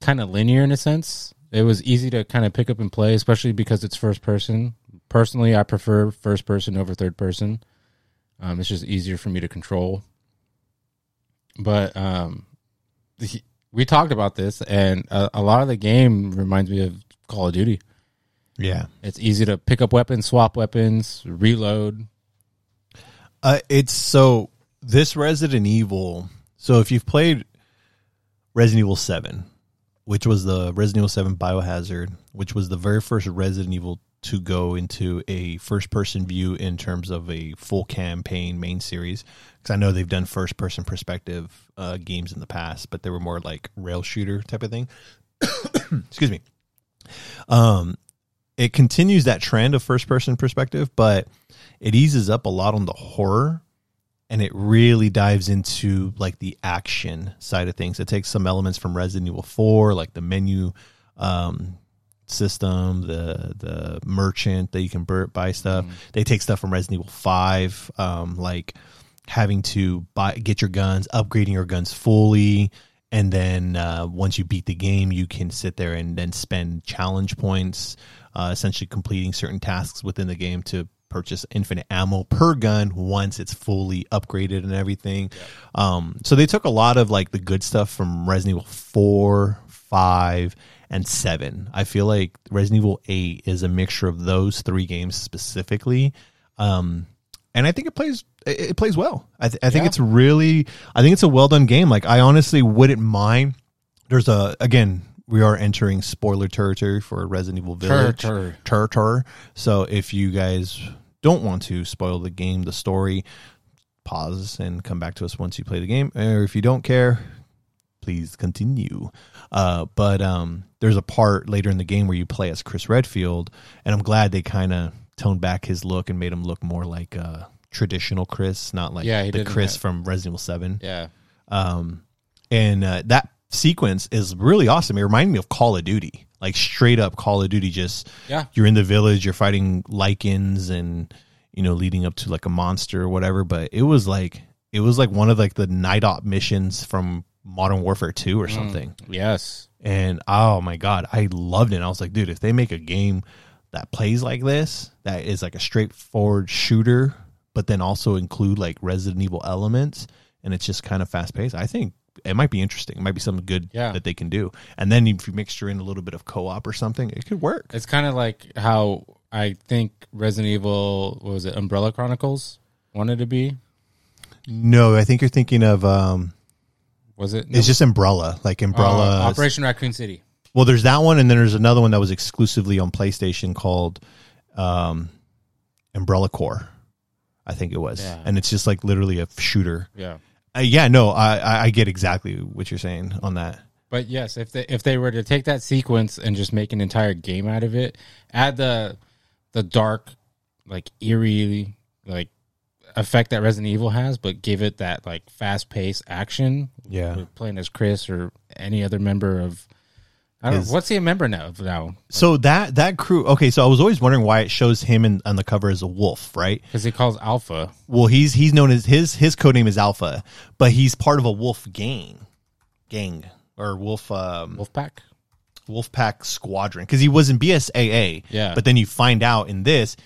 kind of linear in a sense. It was easy to kind of pick up and play, especially because it's first person. Personally, I prefer first person over third person. Um, it's just easier for me to control. But um, he- we talked about this, and a, a lot of the game reminds me of Call of Duty.
Yeah,
It's easy to pick up weapons, swap weapons, reload.
Uh, it's so this Resident Evil. So if you've played Resident Evil Seven, which was the Resident Evil Seven Biohazard, which was the very first Resident Evil to go into a first-person view in terms of a full campaign main series, because I know they've done first-person perspective uh, games in the past, but they were more like rail shooter type of thing. Excuse me. Um, it continues that trend of first-person perspective, but it eases up a lot on the horror and it really dives into like the action side of things. It takes some elements from Resident Evil 4, like the menu um, system, the the merchant that you can bur- buy stuff. They take stuff from Resident Evil 5, um, like having to buy get your guns, upgrading your guns fully. And then uh, once you beat the game, you can sit there and then spend challenge points, uh, essentially completing certain tasks within the game to purchase infinite ammo per gun once it's fully upgraded and everything. Um, so they took a lot of like the good stuff from Resident Evil 4, 5, and 7. I feel like Resident Evil 8 is a mixture of those three games specifically. Um, and I think it plays it, it plays well. I, th- I think it's really I think it's a well done game. Like I honestly wouldn't mind. There's a again we are entering spoiler territory for Resident Evil Village
Territory.
territory. So if you guys don't want to spoil the game, the story, pause and come back to us once you play the game. Or if you don't care, please continue. Uh, but um, there's a part later in the game where you play as Chris Redfield, and I'm glad they kind of toned back his look and made him look more like uh, traditional Chris, not like
Yeah, he
the
didn't
Chris
have-
from Resident Evil Seven.
Yeah,
Um, and uh, that sequence is really awesome. It reminded me of Call of Duty, like straight up Call of Duty. Just
Yeah.
you're in the village, you're fighting lichens, and you know, leading up to like a monster or whatever. But it was like it was like one of like the night op missions from Modern Warfare Two or something.
yes.
And oh my god, I loved it. I was like, dude, if they make a game that plays like this, that is like a straightforward shooter, but then also include like Resident Evil elements, and it's just kind of fast paced. I think it might be interesting. It might be something good
Yeah.
that they can do. And then if you mixture in a little bit of co op or something, it could work.
It's kind of like how I think Resident Evil what was it Umbrella Chronicles wanted to be?
No, I think you're thinking of um,
Was it?
it's just Umbrella, like
No. Uh,
Umbrella.
Operation Raccoon City.
Well, there's that one, and then there's another one that was exclusively on PlayStation called um, Umbrella Corps, I think it was,
Yeah.
and it's just like literally a shooter.
Yeah.
Uh, yeah, no, I, I I get exactly what you're saying on that.
But yes, if they if they were to take that sequence and just make an entire game out of it, add the the dark, like eerie, like effect that Resident Evil has, but give it that like fast paced action.
Yeah.
with playing as Chris or any other member of. I don't.
His-
know, what's he a member now? Of now,
So that that crew, okay. So I was always wondering why it shows him in, on the cover as a wolf, right?
because he calls Alpha.
Well, he's he's known as his his code name is Alpha, but he's part of a wolf gang, gang or wolf um,
Wolfpack.
Wolfpack Squadron because he was in BSAA.
Yeah.
But then you find out in this,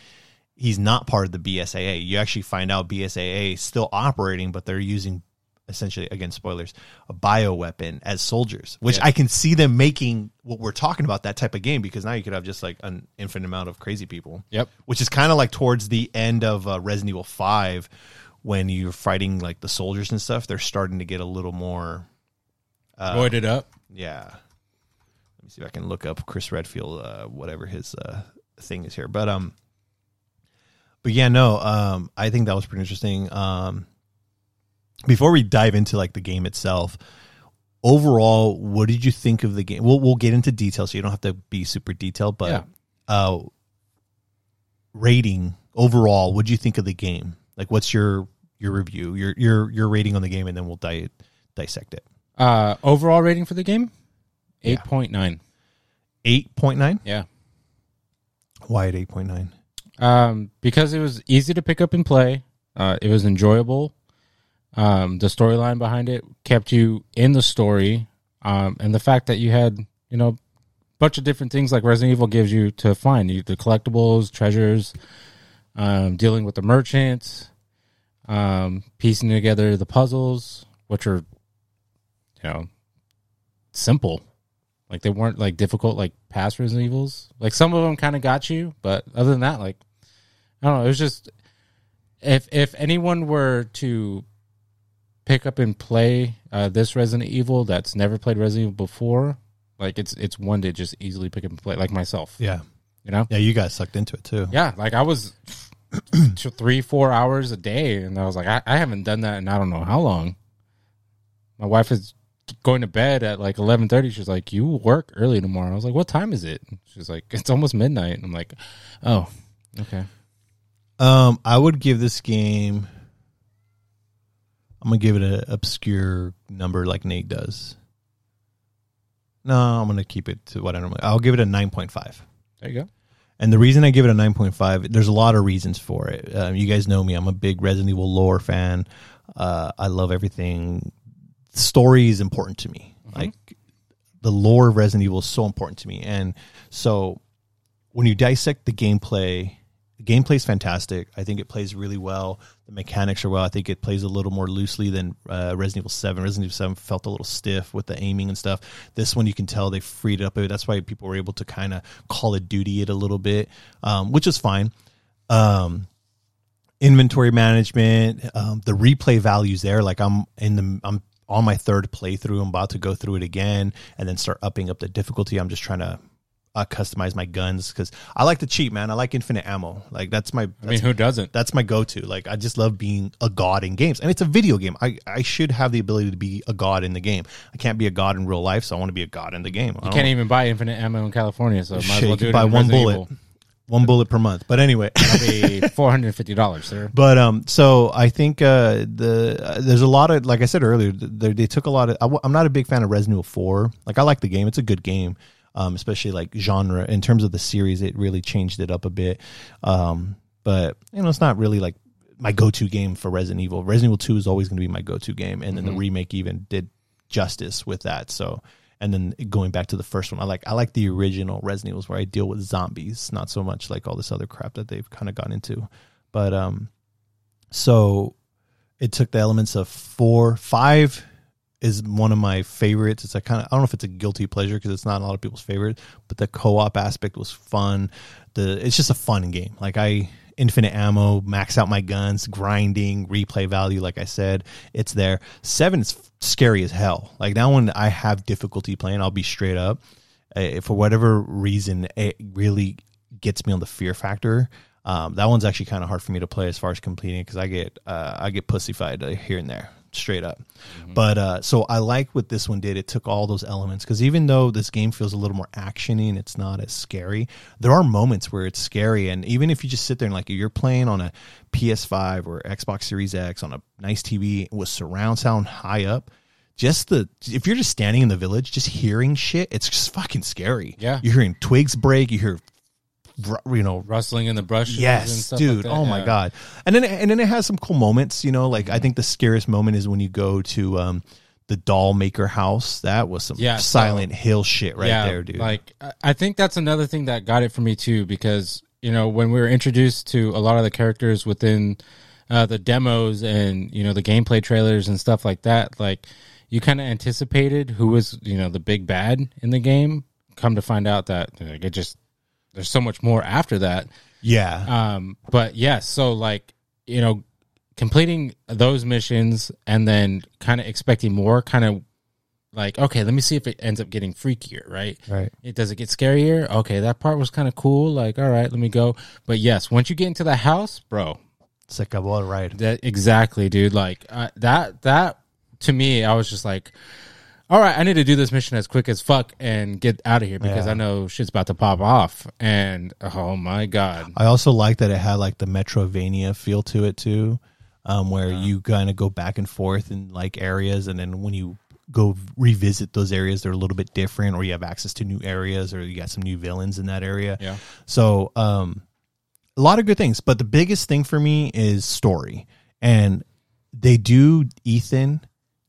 he's not part of the BSAA. You actually find out BSAA is still operating, but they're using essentially, again, spoilers, a bioweapon as soldiers, which I can see them making what we're talking about, that type of game, because now you could have just like an infinite amount of crazy people.
Yep.
Which is kind of like towards the end of uh, Resident Evil 5 when you're fighting like the soldiers and stuff, they're starting to get a little more
Voided up.
yeah. Let me see if I can look up Chris Redfield, uh, whatever his uh, thing is here. But um, but yeah, no, um, I think that was pretty interesting. Um, before we dive into like the game itself, overall, what did you think of the game? We'll we'll get into detail, so you don't have to be super detailed. But
Yeah.
uh, rating overall, what do you think of the game? Like, what's your your review, your your your rating on the game, and then we'll di- dissect it.
Uh, overall rating for the game, eight point nine.
Eight point nine.
Yeah.
Why at 8.9?
um, because it was easy to pick up and play. Uh, it was enjoyable. Um, the storyline behind it kept you in the story, um, and the fact that you had you know a bunch of different things like Resident Evil gives you to find you the collectibles, treasures, um, dealing with the merchants, um, piecing together the puzzles, which are you know simple. Like they weren't like difficult like past Resident Evils. Like some of them kind of got you, but other than that, like I don't know. It was just if if anyone were to pick up and play uh, this Resident Evil that's never played Resident Evil before, like it's it's one to just easily pick up and play, like myself.
Yeah.
You know?
Yeah, you got sucked into it too.
Yeah, like I was two, three, four hours a day, and I was like, I, I haven't done that in I don't know how long. My wife is going to bed at like eleven thirty. She's like, "You work early tomorrow." I was like, "What time is it?" She's like, "It's almost midnight." And I'm like, "Oh, okay."
Um, I would give this game I'm gonna give it an obscure number like Nate does. No, I'm gonna keep it to what I normally I'll give it a nine point five.
There you go.
And the reason I give it a 9.5, there's a lot of reasons for it. Um, you guys know me. I'm a big Resident Evil lore fan. Uh, I love everything. Story is important to me. Like the lore of Resident Evil is so important to me. And so when you dissect the gameplay, the gameplay is fantastic. I think it plays really well. The mechanics are well. I think it plays a little more loosely than uh, Resident Evil 7. Resident Evil 7 felt a little stiff with the aiming and stuff. This one, you can tell they freed it up. That's why people were able to kind of Call of Duty it a little bit, um, which is fine. Um, inventory management, um, the replay values there. Like I'm in the I'm on my third playthrough. I'm about to go through it again and then start upping up the difficulty. I'm just trying to uh, customize my guns because I like to cheat, man. I like infinite ammo. Like that's my
I mean,
that's,
who doesn't?
that's my go to. Like I just love being a god in games, and it's a video game. I I should have the ability to be a god in the game. I can't be a god in real life, so I want to be a god in the game. I
You
don't-
can't even buy infinite ammo in California, so might as
Shit,
well
you
do
could
it
buy
in
one
Resident
bullet,
Evil.
one bullet per month. But anyway.
That'd be four hundred and fifty dollars, sir.
But um, so I think uh, the uh, there's a lot of like I said earlier, th- they, they took a lot of. I, am not a big fan of Resident Evil Four. Like I like the game; it's a good game, um, especially like genre in terms of the series. It really changed it up a bit. Um, but you know, it's not really like my go-to game for Resident Evil. Resident Evil Two is always going to be my go-to game, and then the remake even did justice with that. So. And then going back to the first one, I like I like the original Resident Evils where I deal with zombies, not so much like all this other crap that they've kind of gone into. But um, so it took the elements of four, five is one of my favorites. It's a kind of I don't know if it's a guilty pleasure because it's not a lot of people's favorite, but the co-op aspect was fun. The it's just a fun game. Like I infinite ammo, max out my guns, grinding, replay value. Like I said, it's there. Seven is f- scary as hell. Like that one, I have difficulty playing. I'll be straight up. Uh, for whatever reason, it really gets me on the fear factor. Um, that one's actually kind of hard for me to play as far as completing because I get uh, I get pussyfied uh, here and there, straight up. But uh, so I like what this one did. It took all those elements because even though this game feels a little more actiony and it's not as scary, there are moments where it's scary. And even if you just sit there and like you're playing on a PS5 or Xbox Series X on a nice TV with surround sound high up. Just the if you're just standing in the village, just hearing shit, it's just fucking scary.
Yeah.
you're hearing twigs break, you hear, r- you know,
rustling in the brushes. and
Yes,
stuff
dude.
like that.
oh my
Yeah.
god. And then and then it has some cool moments. You know, like I think the scariest moment is when you go to um the doll maker house. That was some
Yeah, so-
Silent Hill shit right there, dude.
Like I- I think that's another thing that got it for me too, because you know when we were introduced to a lot of the characters within uh, the demos and you know the gameplay trailers and stuff like that, like you kind of anticipated who was you know the big bad in the game. Come to find out that like, it just there's so much more after that.
yeah,
Um, but yeah, so like you know, completing those missions and then kind of expecting more, kind of like okay, let me see if it ends up getting freakier, right?
right.
It does it get scarier? Okay, that part was kind of cool. Like, all right, let me go. But yes, once you get into the house, bro,
It's like a blood ride.
that exactly, dude. Like uh, that, that to me, I was just like, all right, I need to do this mission as quick as fuck and get out of here because
Yeah.
I know shit's about to pop off. And oh my god,
I also like that it had like the Metrovania feel to it too, um, where you kind of go back and forth in like areas, and then when you go revisit those areas, they're a little bit different, or you have access to new areas, or you got some new villains in that area.
yeah,
So, um, a lot of good things, but the biggest thing for me is story, and they do Ethan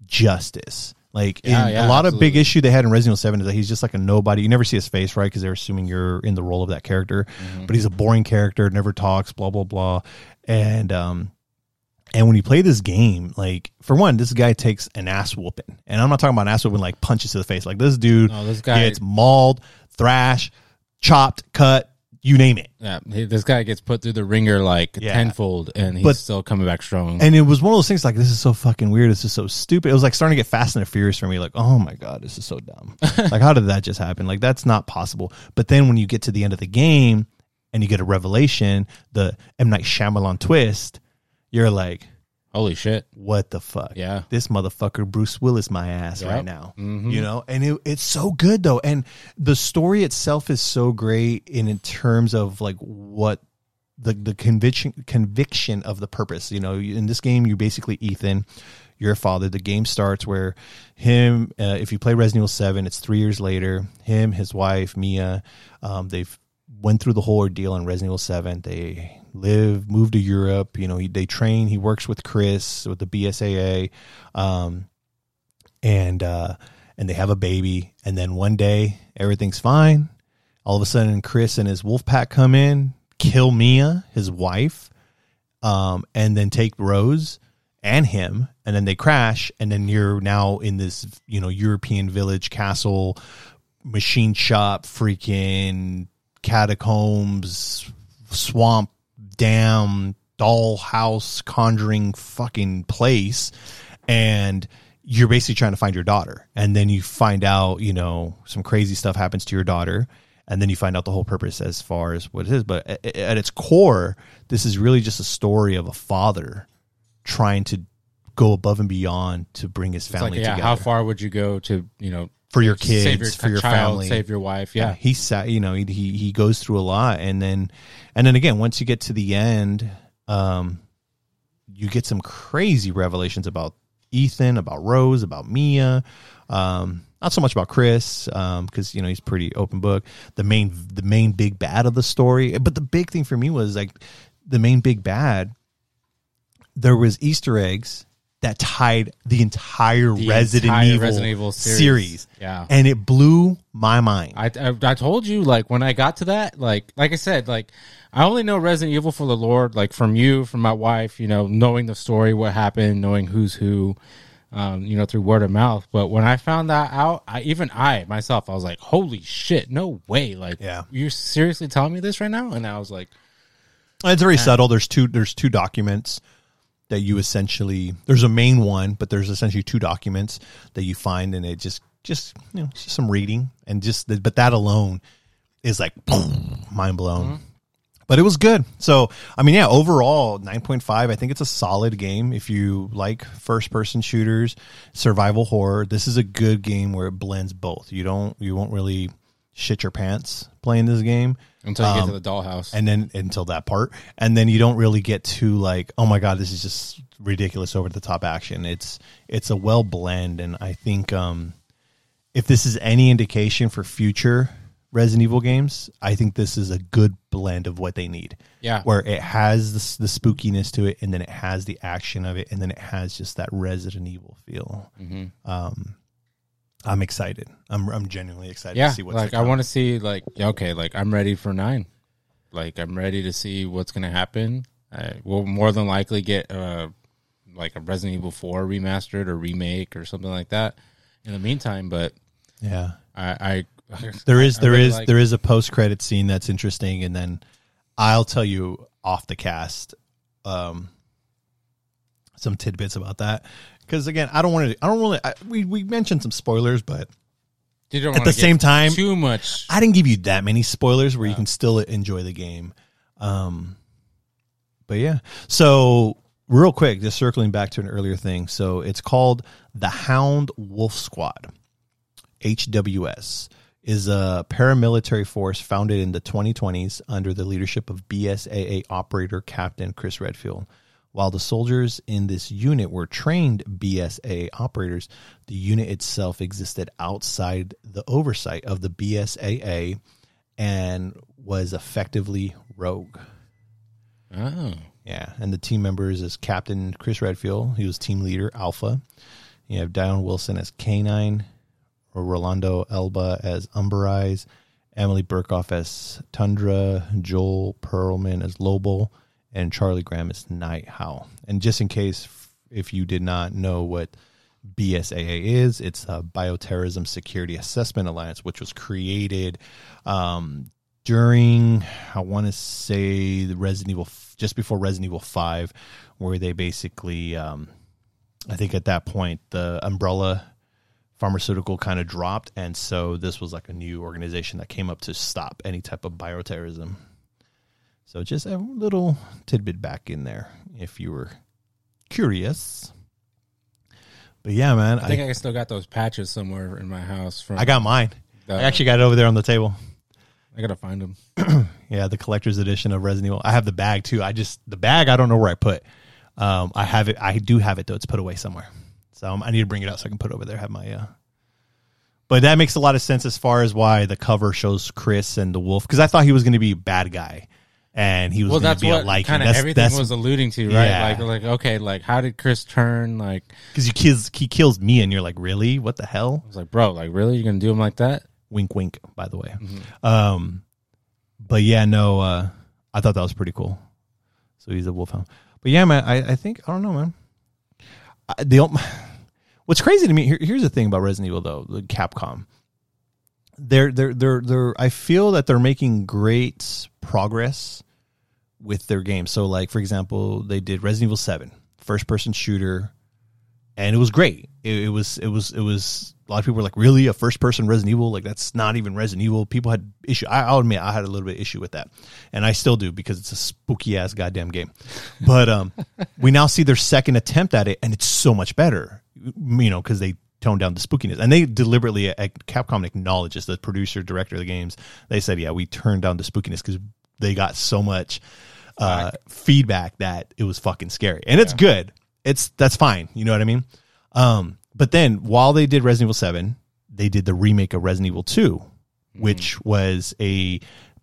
justice. Like
Yeah,
in
yeah,
a lot of big
absolutely.
issue they had in Resident Evil Seven is that he's just like a nobody. You never see his face, right? Because they're assuming you're in the role of that character,
Mm-hmm.
but he's a boring character, never talks, blah blah blah, and um. And when you play this game, like for one, this guy takes an ass whooping, and I'm not talking about an ass whooping like punches to the face. Like this dude
No, this guy-
gets mauled, thrashed, chopped, cut, you name it.
yeah. He, this guy gets put through the ringer like
Yeah.
tenfold, and he's
But-
still coming back strong.
And it was one of those things like this is so fucking weird. This is so stupid. It was like starting to get fast and furious for me. Like, oh my god, this is so dumb. like, how did that just happen? Like, that's not possible. But then when you get to the end of the game and you get a revelation, the M Night Shyamalan twist, you're like,
Holy shit!
what the fuck?
Yeah.
This motherfucker Bruce Willis my ass
Yep.
right now.
Mhm.
You know? And it, it's so good though. And the story itself is so great in, in terms of like what the, the conviction conviction of the purpose. You know, you- in this game you basically Ethan, your father. The game starts where him uh, if you play Resident Evil 7, it's 3 years later. Him, his wife, Mia, um, they've went through the whole ordeal in Resident Evil 7. They live, move to Europe. You know, he, they train. He works with Chris with the BSAA, um, and uh, and they have a baby. And then one day, everything's fine. All of a sudden, Chris and his wolf pack come in, kill Mia, his wife, um, and then take Rose and him, and then they crash, and then you're now in this you know European village castle, machine shop, freaking catacombs, swamp, dam, dollhouse, conjuring fucking place, and you're basically trying to find your daughter, and then you find out you know some crazy stuff happens to your daughter. And then you find out the whole purpose as far as what it is. But a- a- at its core, this is really just a story of a father trying to go above and beyond to bring his
It's
family
like, yeah,
together
how far would you go to you know
for your kids,
save your
for your
child,
family.
save your wife? Yeah,
he sat. You know, he, he he goes through a lot, and then and then again, once you get to the end, um, you get some crazy revelations about Ethan, about Rose, about Mia. Um, not so much about Chris, because you know he's pretty open book. The main the main big bad of the story, but the big thing for me was like the main big bad. There was Easter eggs that tied the entire,
The
Resident,
entire
Evil
Resident Evil series.
series.
Yeah.
and it blew my mind.
I, I I told you like when I got to that like like I said like I only know Resident Evil for the Lord like from you from my wife you know knowing the story what happened knowing who's who um, you know through word of mouth but when I found that out I even I myself I was like holy shit no way like
Yeah.
you're seriously telling me this right now and I was like
It's very subtle. There's two. There's two documents that you essentially. There's a main one, but there's essentially two documents that you find, and it just just you know it's just some reading and just the, but that alone is like boom, mind blown. But it was good. So I mean, yeah. Overall, nine point five. I think it's a solid game. If you like first person shooters, survival horror, this is a good game where it blends both. You don't. You won't really shit your pants playing this game
Until you get to the dollhouse.
Um, and then until that part and then you don't really get to like oh my god this is just ridiculous over the top action it's it's a well blend and i think um if this is any indication for future resident evil games i think this is a good blend of what they need
Yeah.
where it has the, the spookiness to it and then it has the action of it and then it has just that resident evil feel um
Mm-hmm.
i'm excited i'm i'm genuinely excited
yeah,
to see what's
like
to
I
come.
want to see like yeah, okay, like I'm ready for nine. Like I'm ready to see what's gonna happen. I, we'll more than likely get uh like a Resident Evil Four remastered or remake or something like that. In the meantime, but
yeah
I, I
There is
I
there
really
is
like-
there is a post credit scene that's interesting, and then I'll tell you off the cast um, some tidbits about that because again, I don't want to. I don't really. I, we we mentioned some spoilers, but
you don't
at
wanna
the
get
same time-
too much.
I didn't give you that many spoilers where you can still enjoy the game. Um, but yeah, so real quick, just circling back to an earlier thing. So it's called the Hound Wolf Squad. HWS is a paramilitary force founded in the 2020s under the leadership of BSAA operator Captain Chris Redfield. While the soldiers in this unit were trained BSAA operators, the unit itself existed outside the oversight of the BSAA and was effectively rogue.
Oh,
Yeah, and the team members is Captain Chris Redfield. He was team leader Alpha. You have Dion Wilson as Canine, Rolando Elba as Umber Eyes, Emily Burkoff as Tundra, Joel Perlman as Lobo, and Charlie Graham as Night Howl. And just in case, if you did not know what BSAA is, it's a Bioterrorism Security Assessment Alliance, which was created um, during I want to say the Resident Evil, just before Resident Evil Five, where they basically, um, I think at that point the umbrella pharmaceutical kind of dropped, and so this was like a new organization that came up to stop any type of bioterrorism. So just a little tidbit back in there if you were curious. But yeah, man,
I think I, still got those patches somewhere in my house. From
I got mine.
the-
I actually got it over there on the table.
I gotta find them.
Yeah, the collector's edition of Resident Evil. I have the bag too. I just the bag. I don't know where I put. Um, I have it. I do have it though. It's put away somewhere. So um, I need to bring it out so I can put it over there. Have my. Uh... But that makes a lot of sense as far as why the cover shows Chris and the wolf because I thought he was going to be a bad guy, and he was
Well,
going
that's
to be a
what
like.
kind of everything was alluding to, right?
Yeah.
Like, like okay, like how did Chris turn? Like, I
because you kills he kills me, and you're like, really? What the hell?
was like, bro, like really, you're gonna do him like that?
wink wink by the way um but yeah no uh i thought that was pretty cool so he's a wolfhound but yeah man i, I think i don't know man I, the ol- what's crazy to me here, here's the thing about resident evil though the capcom they're they're they're they're i feel that they're making great progress with their game so like for example they did resident evil 7 first person shooter and it was great. It, it was it was it was a lot of people were like, really a first person Resident Evil? Like that's not even Resident Evil. People had issue. I, I'll admit I had a little bit of issue with that, and I still do because it's a spooky ass goddamn game. But um, we now see their second attempt at it, and it's so much better. You know, because they toned down the spookiness, and they deliberately at Capcom acknowledges the producer director of the games. They said, yeah, we turned down the spookiness because they got so much uh, feedback that it was fucking scary, and it's good. It's that's fine. You know what I mean? Um, but then while they did Resident Evil Seven, they did the remake of Resident Evil Two, which was a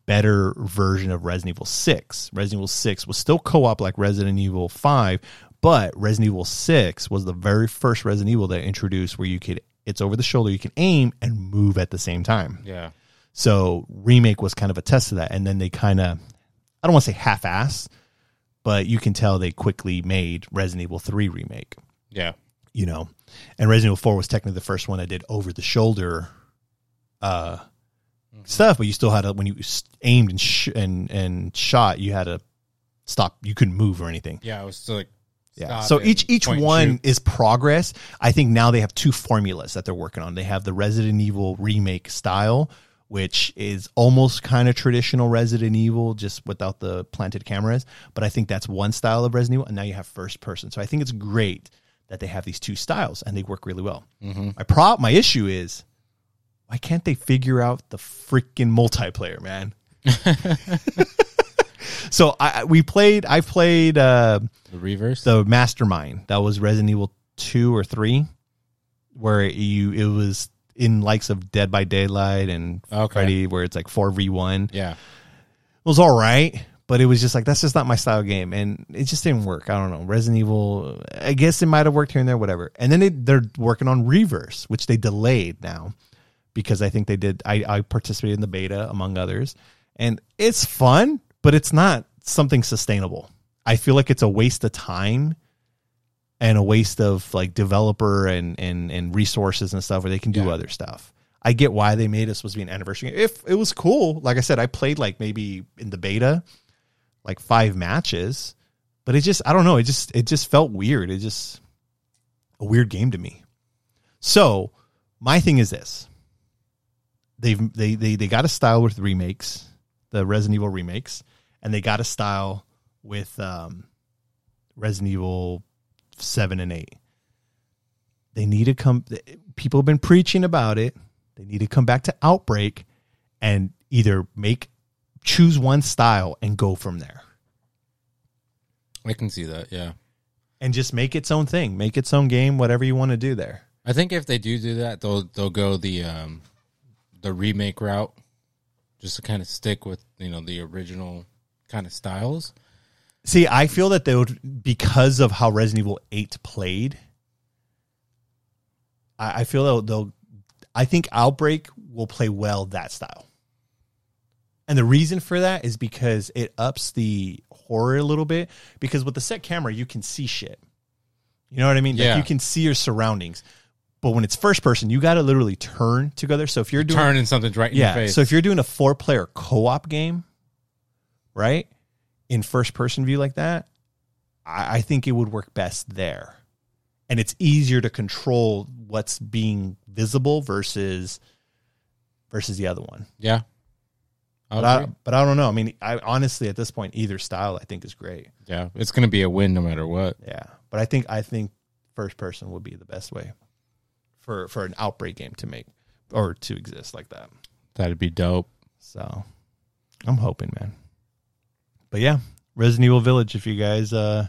better version of Resident Evil Six. Resident Evil Six was still co-op like Resident Evil Five, but Resident Evil Six was the very first Resident Evil that introduced where you could it's over the shoulder, you can aim and move at the same time.
Yeah,
So remake was kind of a test of that, and then they kind of, I don't want to say half-ass, but you can tell they quickly made Resident Evil Three remake.
yeah.
You know, and Resident Evil Four was technically the first one I did over the shoulder, uh, stuff. But you still had a, when you s- aimed and sh- and and shot, you had to stop. You couldn't move or anything.
Yeah, I was still like,
Yeah.
stop
So each
and
each
point and
one
shoot.
is progress. I think now they have two formulas that they're working on. They have the Resident Evil remake style, which is almost kind of traditional Resident Evil, just without the planted cameras. But I think that's one style of Resident Evil, and now you have first person. So I think it's great that they have these two styles, and they work really well.
Mm-hmm.
My prop, my issue is, why can't they figure out the freaking multiplayer, man? so I I- we played. I played. Uh,
the reverse.
the mastermind that was Resident Evil two or three, where you it was in likes of Dead by Daylight and
Okay.
Freddy, where it's like four v one. It
yeah,
was all right, but it was just like that's just not my style game, and it just didn't work. I don't know Resident Evil. I guess it might have worked here and there, whatever. And then they, they're working on Reverse, which they delayed now because I think they did. I, I participated in the beta among others, and it's fun, but it's not something sustainable. I feel like it's a waste of time and a waste of like developer and and and resources and stuff where they can do
Yeah.
other stuff. I get why they made it supposed to be an anniversary. game. If it was cool, like I said, I played like maybe in the beta, like five matches, but it just I don't know. It just it just felt weird. It just a weird game to me. So my thing is this: they've they they they got a style with remakes, the Resident Evil remakes, and they got a style with um, Resident Evil seven and eight. They need to come. People have been preaching about it. They need to come back to Outbreak and either make choose one style and go from there,
I can see that. Yeah,
and just make its own thing, make its own game, whatever you want to do there.
I think if they do do that, they'll they'll go the um the remake route, just to kind of stick with you know the original kind of styles.
See, I feel that they would because of how Resident Evil Eight played. I, I feel they'll, they'll. I think Outbreak will play well that style, and the reason for that is because it ups the horror a little bit. Because with the set camera, you can see shit. You know what I mean?
Yeah.
Like you can see your surroundings. But when it's first person, you got to literally turn together. So if you're doing
Turning something's right in
yeah.
your face.
So if you're doing a four player co op game, right, in first person view like that, I, I think it would work best there. And it's easier to control what's being visible versus versus the other one.
yeah, I'll
But I,
agree.
but I don't know. I mean, I honestly at this point either style I think is great.
yeah, it's gonna be a win no matter what.
Yeah. But I think I think first person would be the best way for for an outbreak game to make or to exist like that.
That'd be dope.
So I'm hoping, man. But yeah, Resident Evil Village, if you guys uh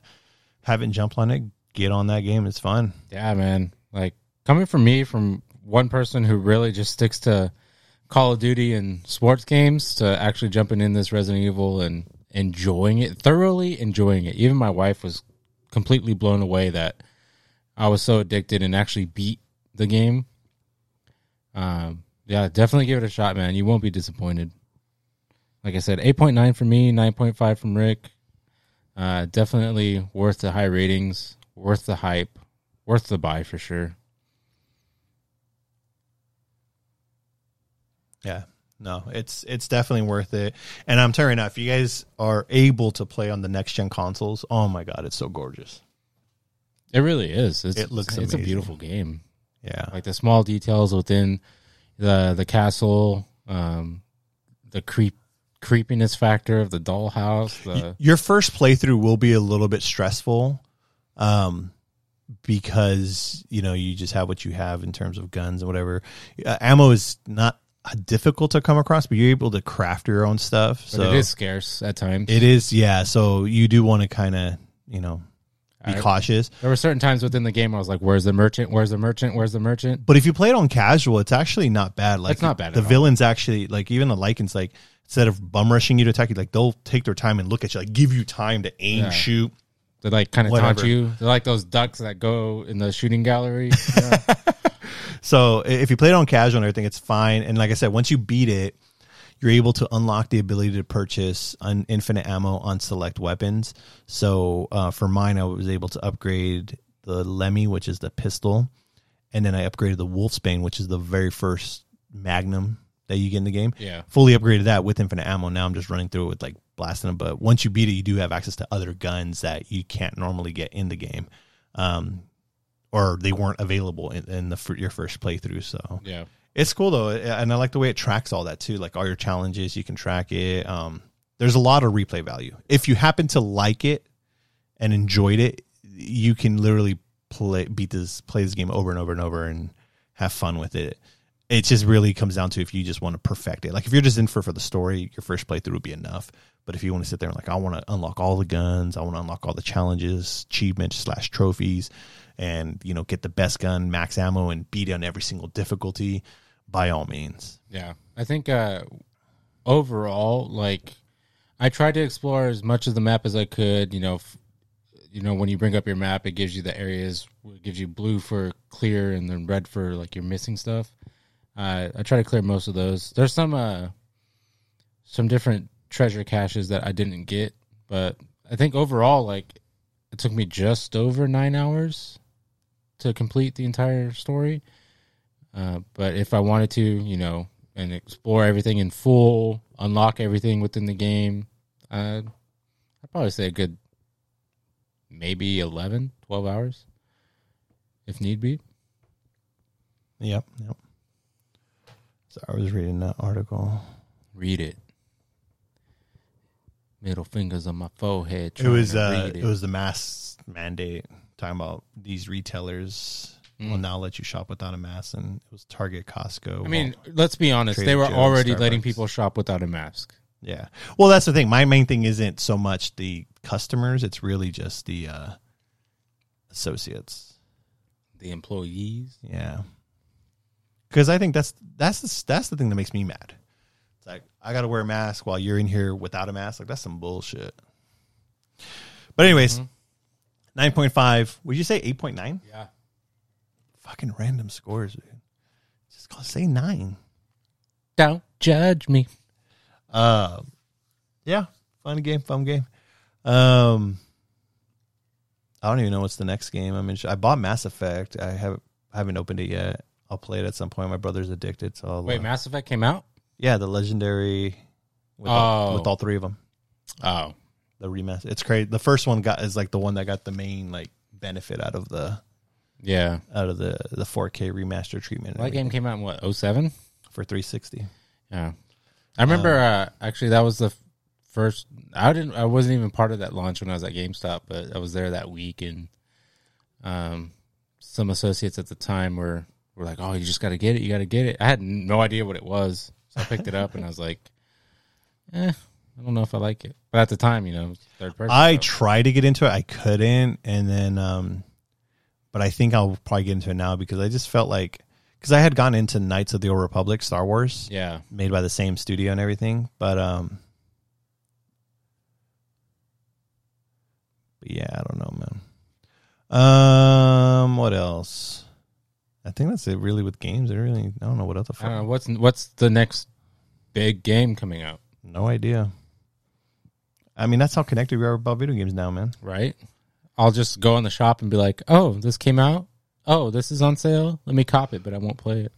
haven't jumped on it, get on that game. It's fun.
Yeah, man. Like coming from me, from one person who really just sticks to Call of Duty and sports games, to actually jumping in this Resident Evil and enjoying it thoroughly, enjoying it. Even my wife was completely blown away that I was so addicted and actually beat the game. Um, yeah, definitely give it a shot, man. You won't be disappointed. Like I said, eight point nine from me, nine point five from Rick. Uh, definitely worth the high ratings, worth the hype, worth the buy for sure.
Yeah. No, it's it's definitely worth it. And I'm telling you now, if you guys are able to play on the next gen consoles, oh my god, it's so gorgeous.
It really is. It's,
It looks
It's
amazing.
a beautiful game.
Yeah.
Like the small details within the the castle, um, the creep creepiness factor of the dollhouse. The,
your first playthrough will be a little bit stressful um because you know you just have what you have in terms of guns and whatever uh, ammo is not difficult to come across but you're able to craft your own stuff
but
so
it is scarce at times.
it is yeah so you do want to kind of you know be
I-
cautious
there were certain times within the game where I was like, "Where's the merchant? Where's the merchant? Where's the merchant?"
But if you play it on casual, it's actually not bad. Like
It's not bad
The
at all.
villains actually like even the lycans like instead of bum rushing you to attack you, like they'll take their time and look at you, like give you time to aim,
Yeah.
shoot.
They like kind of taunt
Whatever.
you. They're like those ducks that go in the shooting gallery. Yeah.
So i- if you play it on casual and everything, it's fine. And like I said, once you beat it, you're able to unlock the ability to purchase an infinite ammo on select weapons. So uh, for mine, I was able to upgrade the Lemmy, which is the pistol, and then I upgraded the Wolfsbane, which is the very first Magnum that you get in the game.
Yeah.
Fully upgraded that with infinite ammo. Now I'm just running through it with like blasting them. But once you beat it, you do have access to other guns that you can't normally get in the game. Um, or they weren't available in, in the fir- your first playthrough. So
Yeah.
it's cool though, and I like the way it tracks all that too. Like all your challenges, you can track it. Um, there's a lot of replay value. If you happen to like it and enjoyed it, you can literally play beat this play this game over and over and over and have fun with it. It just really comes down to if you just want to perfect it. Like if you're just in for for the story, your first playthrough would be enough. But if you want to sit there and like, I want to unlock all the guns, I want to unlock all the challenges, achievements slash trophies, and you know get the best gun, max ammo, and beat on every single difficulty, by all means.
Yeah. I think uh overall like I tried to explore as much of the map as I could, you know, f- you know when you bring up your map it gives you the areas, it gives you blue for clear and then red for like you're missing stuff. Uh I try to clear most of those. There's some uh some different treasure caches that I didn't get, but I think overall like it took me just over 9 hours to complete the entire story. Uh, but if I wanted to, you know, and explore everything in full, unlock everything within the game, uh, I'd probably say a good maybe 11, 12 hours if need be.
Yep, yep. So I was reading that article.
Read it. Middle fingers on my forehead.
it was
trying to
uh,
read
it. was the mass mandate talking about these retailers will now let you shop without a mask, and it was Target, Costco.
Mm. I mean, let's be honest.
Trader
they were
Joe's,
already letting
Starbucks.
people shop without a mask.
yeah. Well, that's the thing. My main thing isn't so much the customers; it's really just the uh, associates.
The employees.
Yeah. Because I think that's that's the, that's the thing that makes me mad. It's like I got to wear a mask while you're in here without a mask. Like that's some bullshit. But anyways, point five. Would you say eight point nine?
Yeah.
Fucking random scores, dude. Just gonna say nine.
Don't judge me.
Uh, yeah, fun game, fun game. Um, I don't even know what's the next game. I mean, I bought Mass Effect. I haven't I haven't opened it yet. I'll play it at some point. My brother's addicted, so I'll,
Wait,
uh,
Mass Effect came out?
Yeah, the legendary with, all,
Oh.
with all three of them.
Oh.
The remaster. It's crazy. The first one got is like the one that got the main like benefit out of the
Yeah.
out of the the 4K remaster treatment and
That game
everything
came out in what, 07?
for 360.
Yeah, I remember. uh, actually, that was the f- first. I didn't. I wasn't even part of that launch when I was at GameStop, but I was there that week, and um, some associates at the time were were like, "Oh, you just got to get it. You got to get it." I had no idea what it was, so I picked it up, and I was like, "Eh, I don't know if I like it." But at the time, you know, it was third person.
I
so-
tried to get into it. I couldn't, and then, um, but I think I'll probably get into it now because I just felt like because I had gone into Knights of the Old Republic, Star Wars,
yeah,
made by the same studio and everything, but um, but yeah, I don't know, man. Um, what else? I think that's it. Really, with games, I really I don't know what other.
I don't know
Fuck,
what's what's the next big game coming out,
no idea. I mean, that's how connected we are about video games now, man.
right? I'll just go in the shop and be like, "Oh, this came out. Oh, this is on sale. Let me cop it, but I won't play it."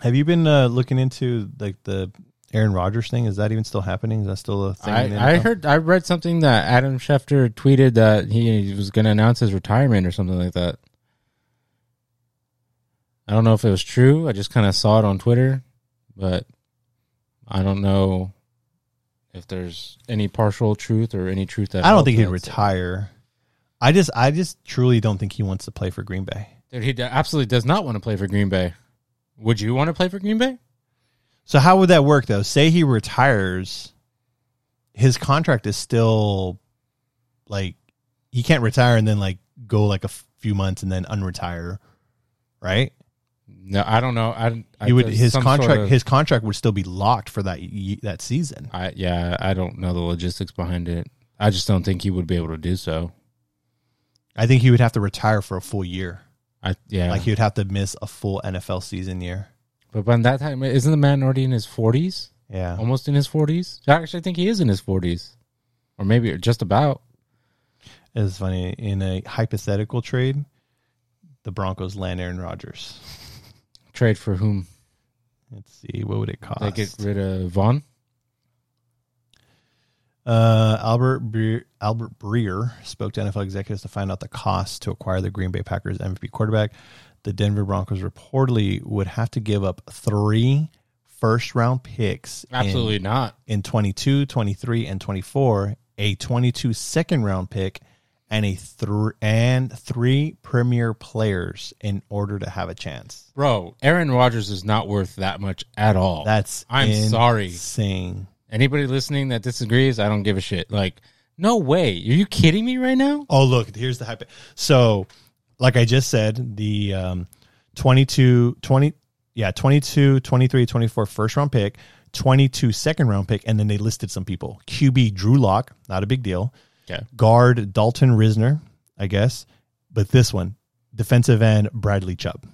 Have you been uh, looking into like the Aaron Rodgers thing? Is that even still happening? Is that still a thing? in the
I, I
NFL?
heard I read something that Adam Schefter tweeted that he was going to announce his retirement or something like that. I don't know if it was true. I just kind of saw it on Twitter, but I don't know if there's any partial truth or any truth that
I don't think he'd retire. I just, I just truly don't think he wants to play for Green Bay.
Dude, he d- absolutely does not want to play for Green Bay. Would you want to play for Green Bay?
So how would that work though? Say he retires, his contract is still like he can't retire and then like go like a f- few months and then unretire, right?
No, I don't know. I, I
He would
there's
his
some sort
contract
of-
his contract would still be locked for that ye- that season.
I yeah, I don't know the logistics behind it. I just don't think he would be able to do so.
I think he would have to retire for a full year.
I yeah.
Like he would have to miss a full NFL season year.
But by that time, isn't the man already in his forties?
Yeah.
Almost in his forties. Actually, I think he is in his forties, or maybe just about.
It's funny. In a hypothetical trade, the Broncos land Aaron Rodgers.
Trade for whom?
Let's see, what would it cost?
They get rid of Vaughn.
Uh, Albert Breer, Albert Breer spoke to NFL executives to find out the cost to acquire the Green Bay Packers MVP quarterback. The Denver Broncos reportedly would have to give up three first round picks in-
Absolutely not.
in 22, 23 and 24, a 22 second round pick and a thr and three premier players in order to have a chance.
Bro, Aaron Rodgers is not worth that much at all.
That's
Oh, I'm sorry.
Insane.
Anybody listening that disagrees, I don't give a shit. Like, no way. Are you kidding me right now?
Oh, look, here's the hype. So, like I just said, the um, 22, 20, yeah, 22, 23, 24 first round pick, 22 second round pick, and then they listed some people. QB Drew Lock, not a big deal.
Okay.
Guard Dalton Risner, I guess. But this one, defensive end Bradley Chubb.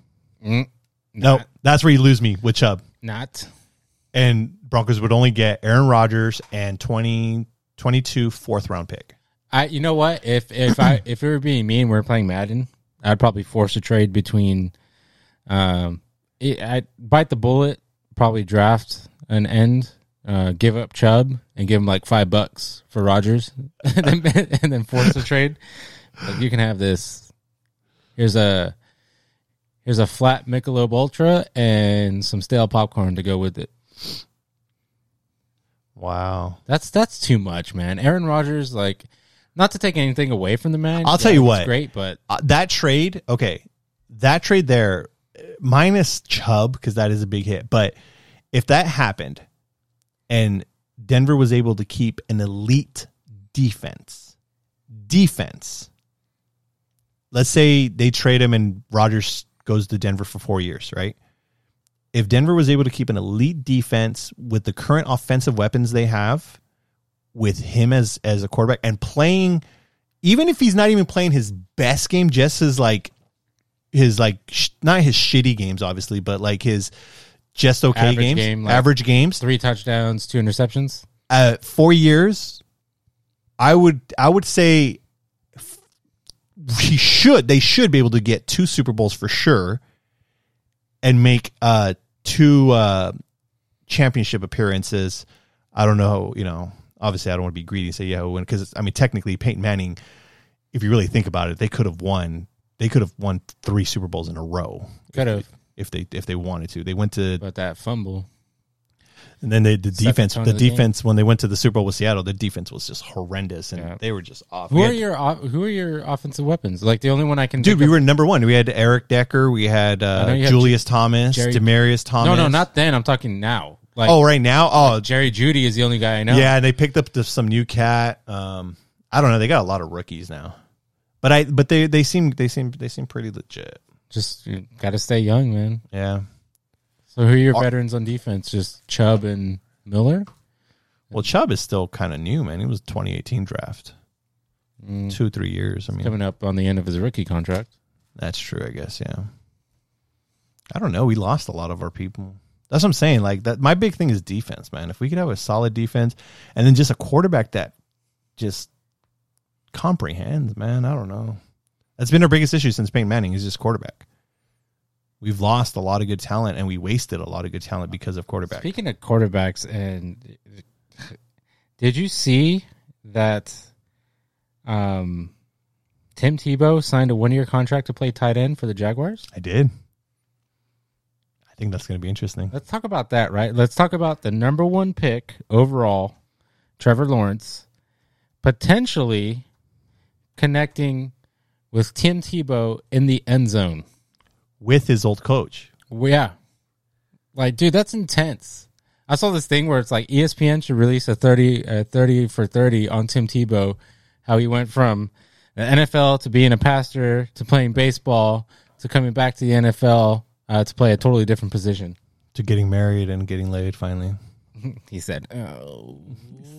Mm,
No, that's where you lose me with Chubb.
Not.
And Broncos would only get Aaron Rodgers and 20, 22 fourth round pick.
I. You know what? If if I if it were being me and we are playing Madden, I'd probably force a trade between. Um, it, I'd bite the bullet. Probably draft an end. Uh, give up Chubb and give him like five bucks for Rogers, and then, and then force a trade. Like, you can have this. Here's a. Here's a flat Michelob Ultra and some stale popcorn to go with it.
Wow.
That's that's too much, man. Aaron Rodgers, like, not to take anything away from the man.
I'll tell you
he's
what.
great, but
uh, that trade, okay, that trade there, uh, minus Chubb because that is a big hit. But if that happened, and Denver was able to keep an elite defense, defense. Let's say they trade him and Rodgers goes to Denver for four years, right? If Denver was able to keep an elite defense with the current offensive weapons they have, with him as as a quarterback and playing even if he's not even playing his best game, just his like his like sh- not his shitty games, obviously, but like his just okay
Average
games,
game, like-
average games.
three touchdowns, two interceptions.
Uh, four years, I would I would say he should they should be able to get two Super Bowls for sure, and make uh two uh championship appearances. I don't know, you know. Obviously, I don't want to be greedy and say yeah, win because I mean technically Peyton Manning, if you really think about it, they could have won. They could have won three Super Bowls in a row
Could have,
if they if they wanted to. They went to
but that fumble.
and then they, the defense,
tone
the
of the game.
defense when they went to the Super Bowl with Seattle, the defense was just horrendous, and
Yeah.
they were just off.
Who
We
are
had-
your o- who are your offensive weapons? Like the only one I can
dude?
think
We
of-
were number one. We had Eric Decker, we had, uh,
know you had
Julius Thomas,
Jerry-
Demarius Thomas.
no no not then. I'm talking now. Like
oh right now. Oh
Jerry Judy is the only guy I know.
yeah, and they picked up the, some new cat. Um, I don't know. They got a lot of rookies now, but I but they they seem they seem they seem pretty legit.
just got to stay young, man.
Yeah.
So who are your veterans on defense? Just Chubb and Miller.
Well, Chubb is still kind of new, man. He was 2018 draft,
Mm.
two three years. I mean,
Coming up on the end of his rookie contract.
That's true, I guess. Yeah. I don't know. We lost a lot of our people. That's what I'm saying. Like that, my big thing is defense, man. If we could have a solid defense, and then just a quarterback that just comprehends, man. I don't know. That's been our biggest issue since Peyton Manning is just quarterback. We've lost a lot of good talent, and we wasted a lot of good talent because of quarterback.
Speaking of quarterbacks, and did you see that um, Tim Tebow signed a one-year contract to play tight end for the Jaguars?
I did. I think that's going to be interesting.
Let's talk about that, right? Let's talk about the number one pick overall, Trevor Lawrence, potentially connecting with Tim Tebow in the end zone.
With his old coach,
Well, yeah. Like, dude, that's intense. I saw this thing where it's like E ESPN should release a 30, uh, 30 for 30 on Tim Tebow, how he went from the NFL to being a pastor to playing baseball to coming back to the NFL uh, to play a totally different position.
to getting married and getting laid finally.
He said, Oh,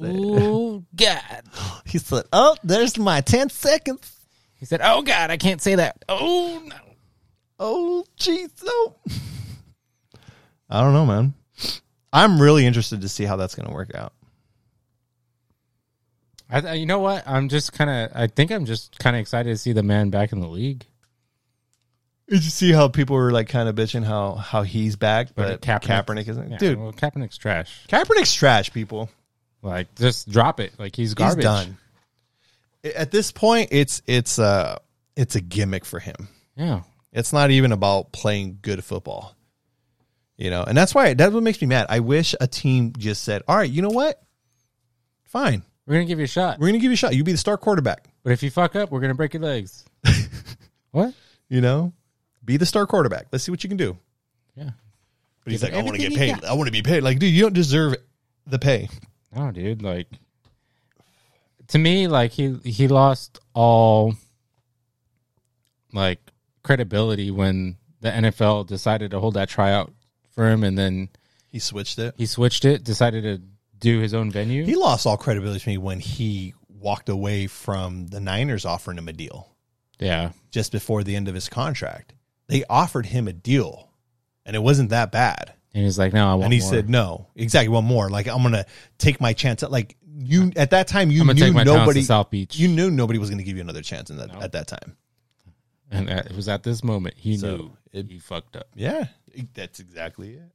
oh, God.
He said, "Oh, there's my 10 seconds."
He said, Oh, God, I can't say that. Oh, no.
Oh, jeez. Oh. I don't know, man. I'm really interested to see how that's going to work out.
I, I- you know what? I'm just kind of, I think I'm just kind of excited to see the man back in the league.
Did you see how people were like kind of bitching how how he's back, but,
But
Kaepernick, isn't?
Yeah,
Dude,
well, Kaepernick's trash.
Kaepernick's trash. People,
Like, just drop it. Like he's garbage.
he's done. A- At this point, it's it's uh it's a gimmick for him.
Yeah.
It's not even about playing good football. You know, and that's why that's what makes me mad. I wish a team just said, "All right, you know what? Fine,
We're gonna give you a shot,
we're gonna give you a shot. You be the star quarterback.
but if you fuck up, we're gonna break your legs. what?
You know, be the star quarterback. Let's see what you can do."
Yeah.
But he's like, "I want to get
everything you
paid. I want to be paid." Like, dude, you don't deserve the pay.
No, dude. Like, to me, like he he lost all like credibility when the NFL decided to hold that tryout for him, and then
He switched it.
he switched it, decided to do his own venue.
He lost all credibility to me when he walked away from the Niners offering him a deal
yeah,
just before the end of his contract. They offered him a deal, and it wasn't that bad.
and he's like, no, I want.
and he
more.
said, "No, exactly, one more. Like I'm gonna take my chance." At, like you, at that time, you
I'm gonna
knew
take my talents
nobody.
to South Beach.
You knew nobody was gonna give you another chance in that, at that time.
and that- it was at this moment he
So,
knew
it-
he fucked up.
Yeah, that's exactly it.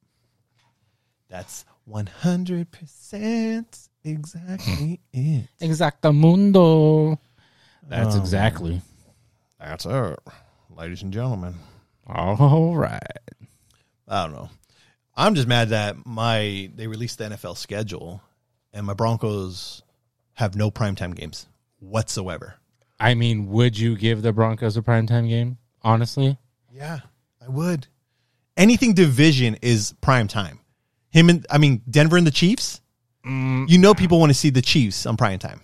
That's one hundred percent exactly it.
Exactamundo. That's exactly.
That's it, ladies and gentlemen.
All right.
I don't know. I'm just mad that my they released the NFL schedule and my Broncos have no primetime games whatsoever.
I mean, would you give the Broncos a primetime game? Honestly,
Yeah, I would. Anything division is prime time. Him and I mean Denver and the Chiefs. You know people want to see the Chiefs on prime time.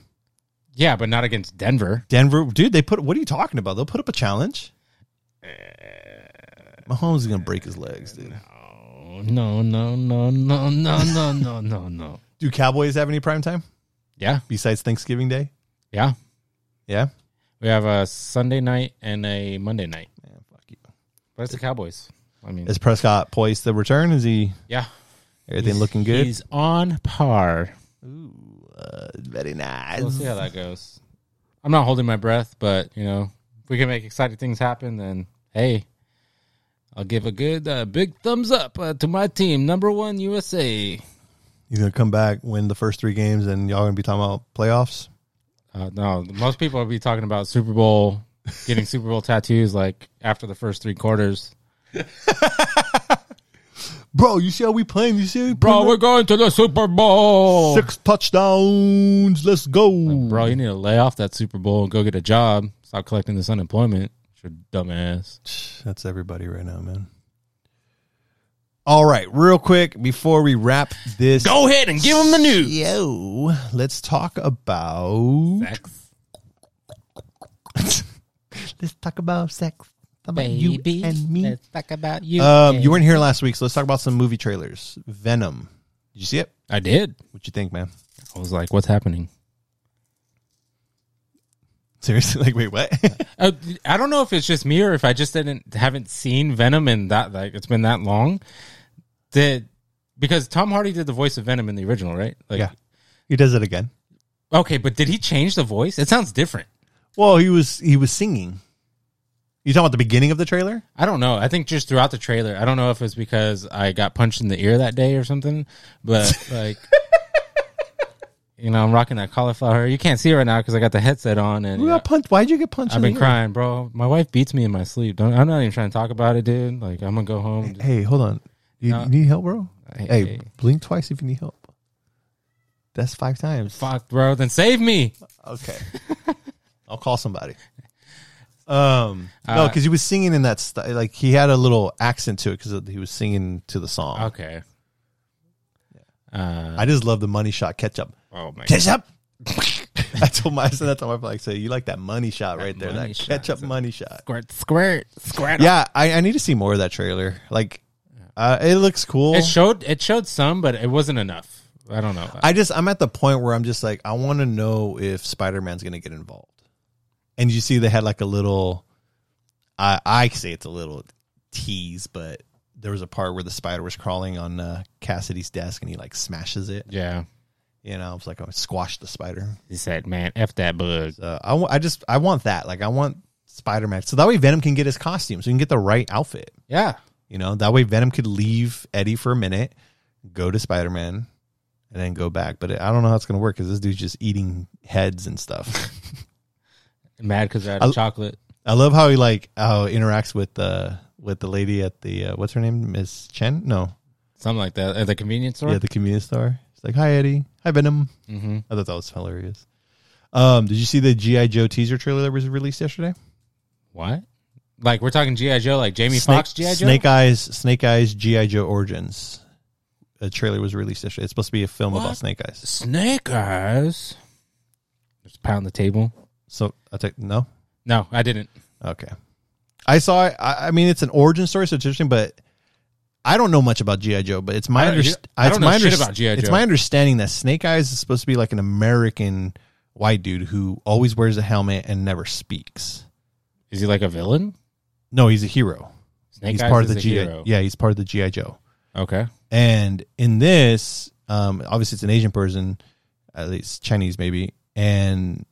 yeah, but not against Denver.
Denver, dude, they put what are you talking about? They'll put up a challenge.
Eh.
Mahomes is gonna break his legs, dude.
Oh, No, no, no, no, no, no, no, no, no.
Do Cowboys have any prime time
Yeah,
besides Thanksgiving Day?
yeah.
Yeah.
We have a Sunday night and a Monday night.
Yeah, fuck you.
But it's the Cowboys. I mean,
Is Prescott poised to return? Is he
yeah.
everything looking good? uh,
He's on par.
Very nice.
We'll see how that goes. I'm not holding my breath, but you know, if we can make exciting things happen, then hey, I'll give a good uh, big thumbs up uh, to my team, number one USA.
He's gonna come back, win the first three games, and y'all gonna be talking about playoffs.
Uh, no, most people will be talking about Super Bowl, getting Super Bowl tattoos like after the first three quarters.
Bro, you see how we playing? You see,
Bro, we're going to the Super Bowl.
six touchdowns. Let's go,
Bro, you need to lay off that Super Bowl and go get a job. Stop collecting this unemployment. It's your dumb ass.
That's everybody right now, man. All right, real quick before we wrap this,
Go ahead and give them the news.
yo, let's talk about
Sex.
let's talk about sex.
Baby, let's talk about you.
Um, you weren't here last week, so let's talk about some movie trailers. Venom. Did you see it?
I did.
What you think, man?
I was like, what's happening?
Seriously, like, wait, what?
Uh, I don't know if it's just me or if I just didn't haven't seen Venom and that like it's been that long that because Tom Hardy did the voice of Venom in the original, right? Like,
yeah, he does it again.
Okay, but did he change the voice? It sounds different.
Well, he was he was singing. You talking about the beginning of the trailer?
I don't know. I think just throughout the trailer, I don't know if it's because I got punched in the ear that day or something, but like, you know, I'm rocking that cauliflower. You can't see it right now because I got the headset on and
Who
you know,
got punched? Why'd you get punched?
I've
in the
been
ear?
crying, bro. My wife beats me in my sleep. Don't, I'm not even trying to talk about it, dude. Like, I'm gonna go home. and just-
Hey, hold on. You
No.
you need help, bro? Hey,
hey.
blink twice if you need help. That's five times.
Fuck, bro. Then save me.
Okay, I'll call somebody. Um, no, because he was singing in that st- like he had a little accent to it because he was singing to the song.
Okay.
I just love the money shot ketchup.
Oh my.
Ketchup. I told my son that time I like say you like that money shot right there
money
that
shot.
ketchup money shot.
Squirt, squirt, squirt.
Yeah, I, I need to see more of that trailer. Like, uh, it looks cool.
It showed. It showed some, but it wasn't enough. I don't know.
I just I'm at the point where I'm just like I want to know if Spider Man's gonna get involved. And you see they had like a little, I I say it's a little tease, but there was a part where the spider was crawling on uh, Cassidy's desk and he like smashes it.
yeah.
You know, I was like, oh, squash the spider.
He said, "Man, f that bug."
So I wa- I just I want that. Like I want Spider Man. So that way Venom can get his costume. So he can get the right outfit.
Yeah.
You know, that way Venom could leave Eddie for a minute, go to Spider Man, and then go back. But I don't know how it's going to work because this dude's just eating heads and stuff.
Mad because they're out of
I-
chocolate.
I love how he like how he interacts with the with the lady at the uh, what's her name Miss Chen no
Something like that. At the convenience store?
yeah the convenience store. It's like hi Eddie hi Venom. Mm-hmm. I thought that was hilarious. Um, did you see the GI Joe teaser trailer that was released yesterday?
What? Like we're talking G.I. Joe, like Jamie Foxx G.I. Joe?
Snake Eyes Snake Eyes GI Joe Origins. A trailer was released yesterday. It's supposed to be a film about Snake Eyes.
Snake Eyes. Just pound the table.
So I take no
No, I didn't.
Okay. I saw it. I, I mean, it's an origin story, so it's interesting, but I don't know much about G.I. Joe, but it's my
I don't-
understanding.
I don't know shit about G.I.
It's
Joe.
my understanding that Snake Eyes is supposed to be like an American white dude who always wears a helmet and never speaks.
Is he like a villain?
No, he's a hero.
Snake
he's
Eyes
part
is
of the
a
G.I.
hero.
Yeah, he's part of the G.I. Joe.
Okay.
And in this, um, obviously it's an Asian person, at least Chinese maybe, and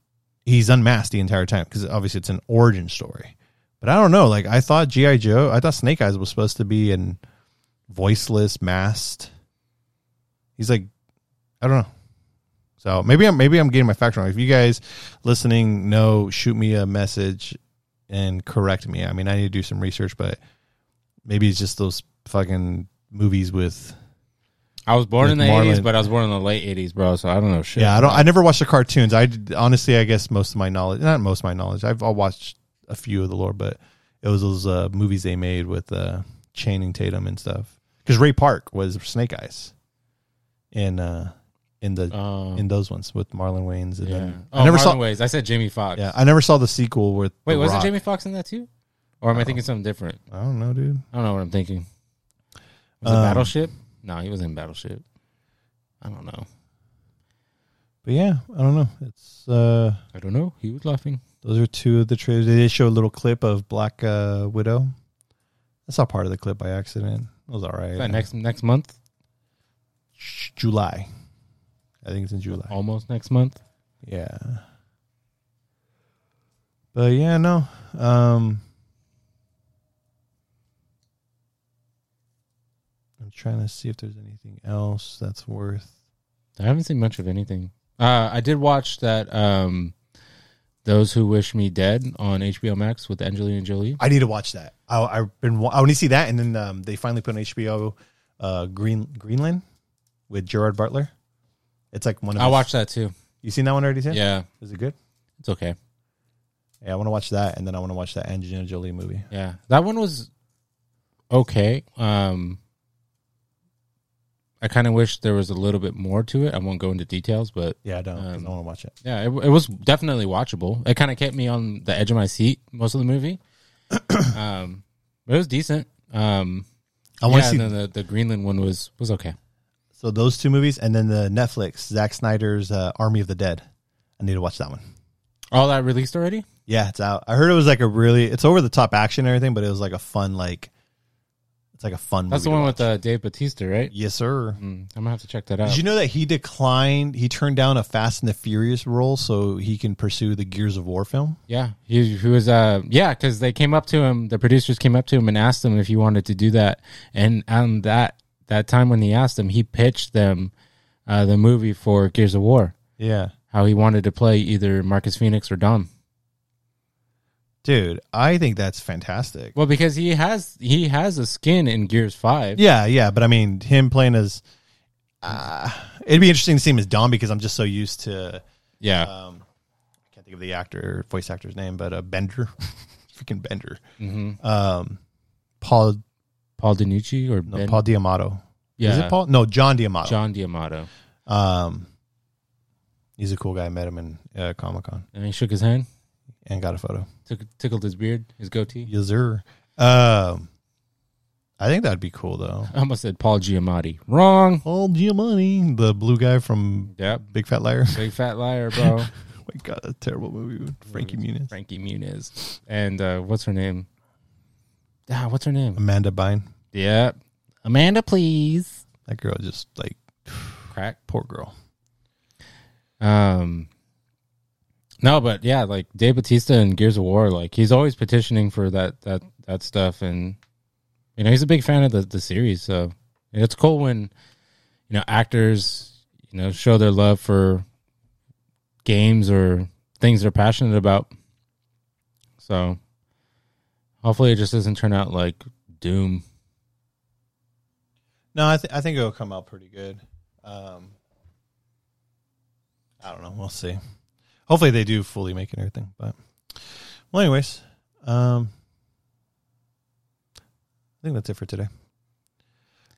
he's unmasked the entire time because obviously it's an origin story. But I don't know. Like I thought GI Joe, I thought Snake Eyes was supposed to be an voiceless, masked. He's like, I don't know. So maybe I'm maybe I'm getting my facts wrong. If you guys listening know, shoot me a message and correct me. I mean, I need to do some research, but maybe it's just those fucking movies with
I was born in the
Like Marlon-
eighties, but I was born in the late eighties, bro, so I don't know shit.
Yeah, I don't. I never watched the cartoons. I did- honestly, I guess most of my knowledge, not most of my knowledge, I've I watched a few of the lore, but it was those uh, movies they made with uh, Channing Tatum and stuff. Because Ray Park was Snake Eyes, in uh, in the
Oh.
in those ones with Marlon Wayans. And
Yeah.
then,
Oh,
I never
Marlon
saw.
Wayans. I said Jamie Foxx.
Yeah, I never saw the sequel with.
Wait,
The
wasn't
Rock.
Jamie Foxx in that too? Or am I thinking something different?
I don't know, dude.
I don't know what I'm thinking. Was it
Um,
Battleship? No, he was in Battleship. I don't know.
But yeah, I don't know. It's uh,
I don't know. He was laughing.
those are two of the trailers. They did show a little clip of Black uh, Widow. I saw part of the clip by accident. It was all right.
Is that next next month?
July. I think it's in July.
Almost next month.
Yeah. But yeah, no. Um I'm trying to see if there's anything else that's worth.
I haven't seen much of anything. Uh, I did watch that um, "Those Who Wish Me Dead" on HBO Max with Angelina Jolie.
I need to watch that. I, I've been. wa- I want to see that, and then um, they finally put on HBO uh, Green Greenland with Gerard Butler. It's like one. of
I
his-
watched that too.
You seen that one already? Tim?
Yeah,
Is it good?
it's okay.
Yeah, I want to watch that, and then I want to watch that Angelina Jolie movie.
Yeah, that one was okay. Um, I kind of wish there was a little bit more to it. I won't go into details, but
Yeah, I don't. 'cause I
Um,
want to watch it.
yeah, it, it was definitely watchable. It kind of kept me on the edge of my seat most of the movie. um, but it was decent. Um,
I
yeah,
want to see
and then the, the Greenland one was was okay.
So those two movies, and then the Netflix Zack Snyder's uh, Army of the Dead. I need to watch that one.
All that released already?
Yeah, it's out. I heard it was like a really it's over the top action and everything, but it was like a fun like it's like a fun.
That's the
movie to
one
watch.
with uh, Dave Batista, right?
yes, sir.
Mm, I'm gonna have to check that out.
Did you know that he declined? He turned down a Fast and the Furious role so he can pursue the Gears of War film.
yeah, he, he was. Uh, yeah, because they came up to him. The producers came up to him and asked him if he wanted to do that. And on that that time when he asked him, he pitched them uh, the movie for Gears of War.
Yeah,
How he wanted to play either Marcus Phoenix or Dom.
dude, I think that's fantastic.
Well, because he has he has a skin in Gears Five.
Yeah, yeah, but I mean, him playing as uh, it'd be interesting to see him as Dom because I'm just so used to
yeah.
um, I can't think of the actor, voice actor's name, but uh, Bender, freaking Bender. Um, Paul,
Mm-hmm. Paul DiNucci or
no,
Ben,
Paul Diamato.
yeah,
Is it Paul? No, John Diamato.
John Diamato.
Um, he's a cool guy. I met him in uh, Comic Con
And he shook his hand,
and got a photo.
took, tickled his beard, his goatee.
Yes, sir. Um, I think that'd be cool though.
I almost said Paul Giamatti. Wrong.
Paul Giamatti, the blue guy from
Yep.
Big Fat Liar.
Big fat liar, bro.
oh my god, a terrible movie with Frankie Muniz,
Frankie Muniz. And uh, what's her name? Ah, what's her name?
Amanda Bynes.
Yeah. Amanda, please.
That girl just like
Crack.
poor girl.
Um, No, but yeah, like Dave Batista and Gears of War, like he's always petitioning for that that that stuff, and you know he's a big fan of the the series, so and it's cool when you know actors you know show their love for games or things they're passionate about. So hopefully, it just doesn't turn out like Doom.
No, I, th- I think it'll come out pretty good. Um, I don't know. We'll see. Hopefully, they do fully make it and everything. But well, anyways, um, I think that's it for today.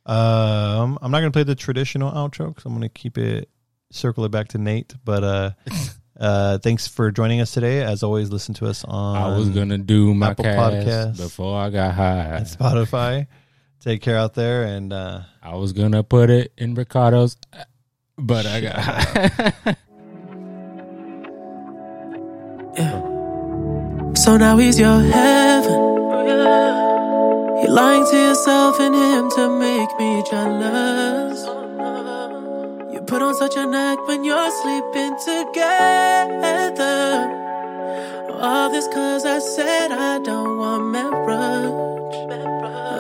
Um, I'm not gonna play the traditional outro because I'm gonna keep it circle it back to Nate. But uh, uh, thanks for joining us today. As always, listen to us on
I was gonna do my
Um, Apple
cast
Podcasts.
before I got high.
and Spotify. Take care out there and. Uh,
I was gonna put it in Ricardo's, but I got
So now he's your heaven. Oh, You're lying to yourself and him to make me jealous. You put on such an act when you're sleeping together. All this cause I said I don't want marriage.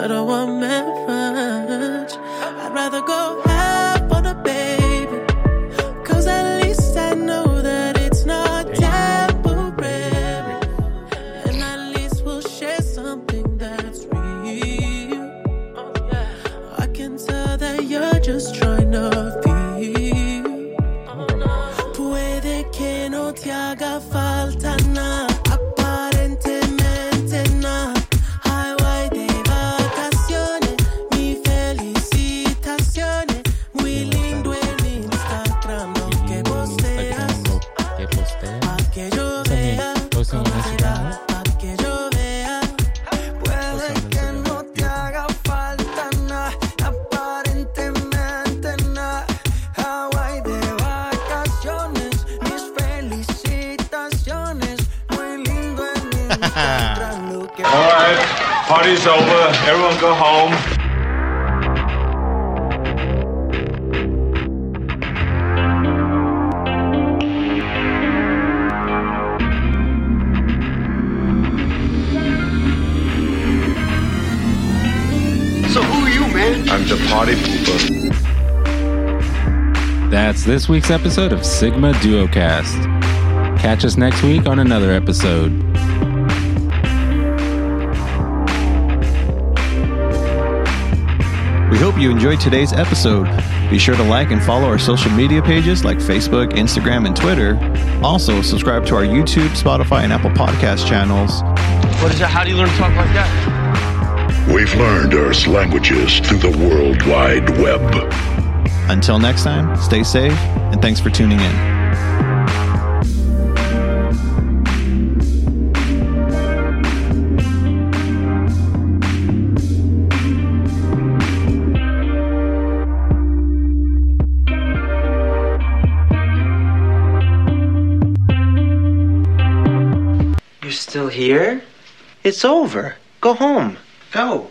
I don't want marriage. I'd rather go half on a baby. Cause at least I know that it's not temporary. And at least we'll share something that's real. I can tell that you're just trying to feel. Puede que no te haga falta nada. Aparentemente nada. Highway de vacaciones. Mi felicitaciones. Muy lindo el Instagram. Lo que posteas.
it.
Pa' que yo
También,
vea
posting en
cómo
Instagram,
será, pa' que yo vea. Puede que no te haga falta nada, aparentemente nada. Hawaii de vacaciones, mis felicitaciones. Muy lindo en Instagram, lo que
All right, party's over. Everyone go home.
So who are you, man?
I'm the party pooper.
That's this week's episode of Sigma Duocast. Catch us next week on another episode.
We hope you enjoyed today's episode. Be sure to like and follow our social media pages like Facebook, Instagram, and Twitter. Also, subscribe to our YouTube, Spotify, and Apple Podcast channels.
What is that? How do you learn to talk like that?
We've learned Earth's languages through the World Wide Web.
Until next time, stay safe, and thanks for tuning in.
You're still here? It's over. Go home. Go.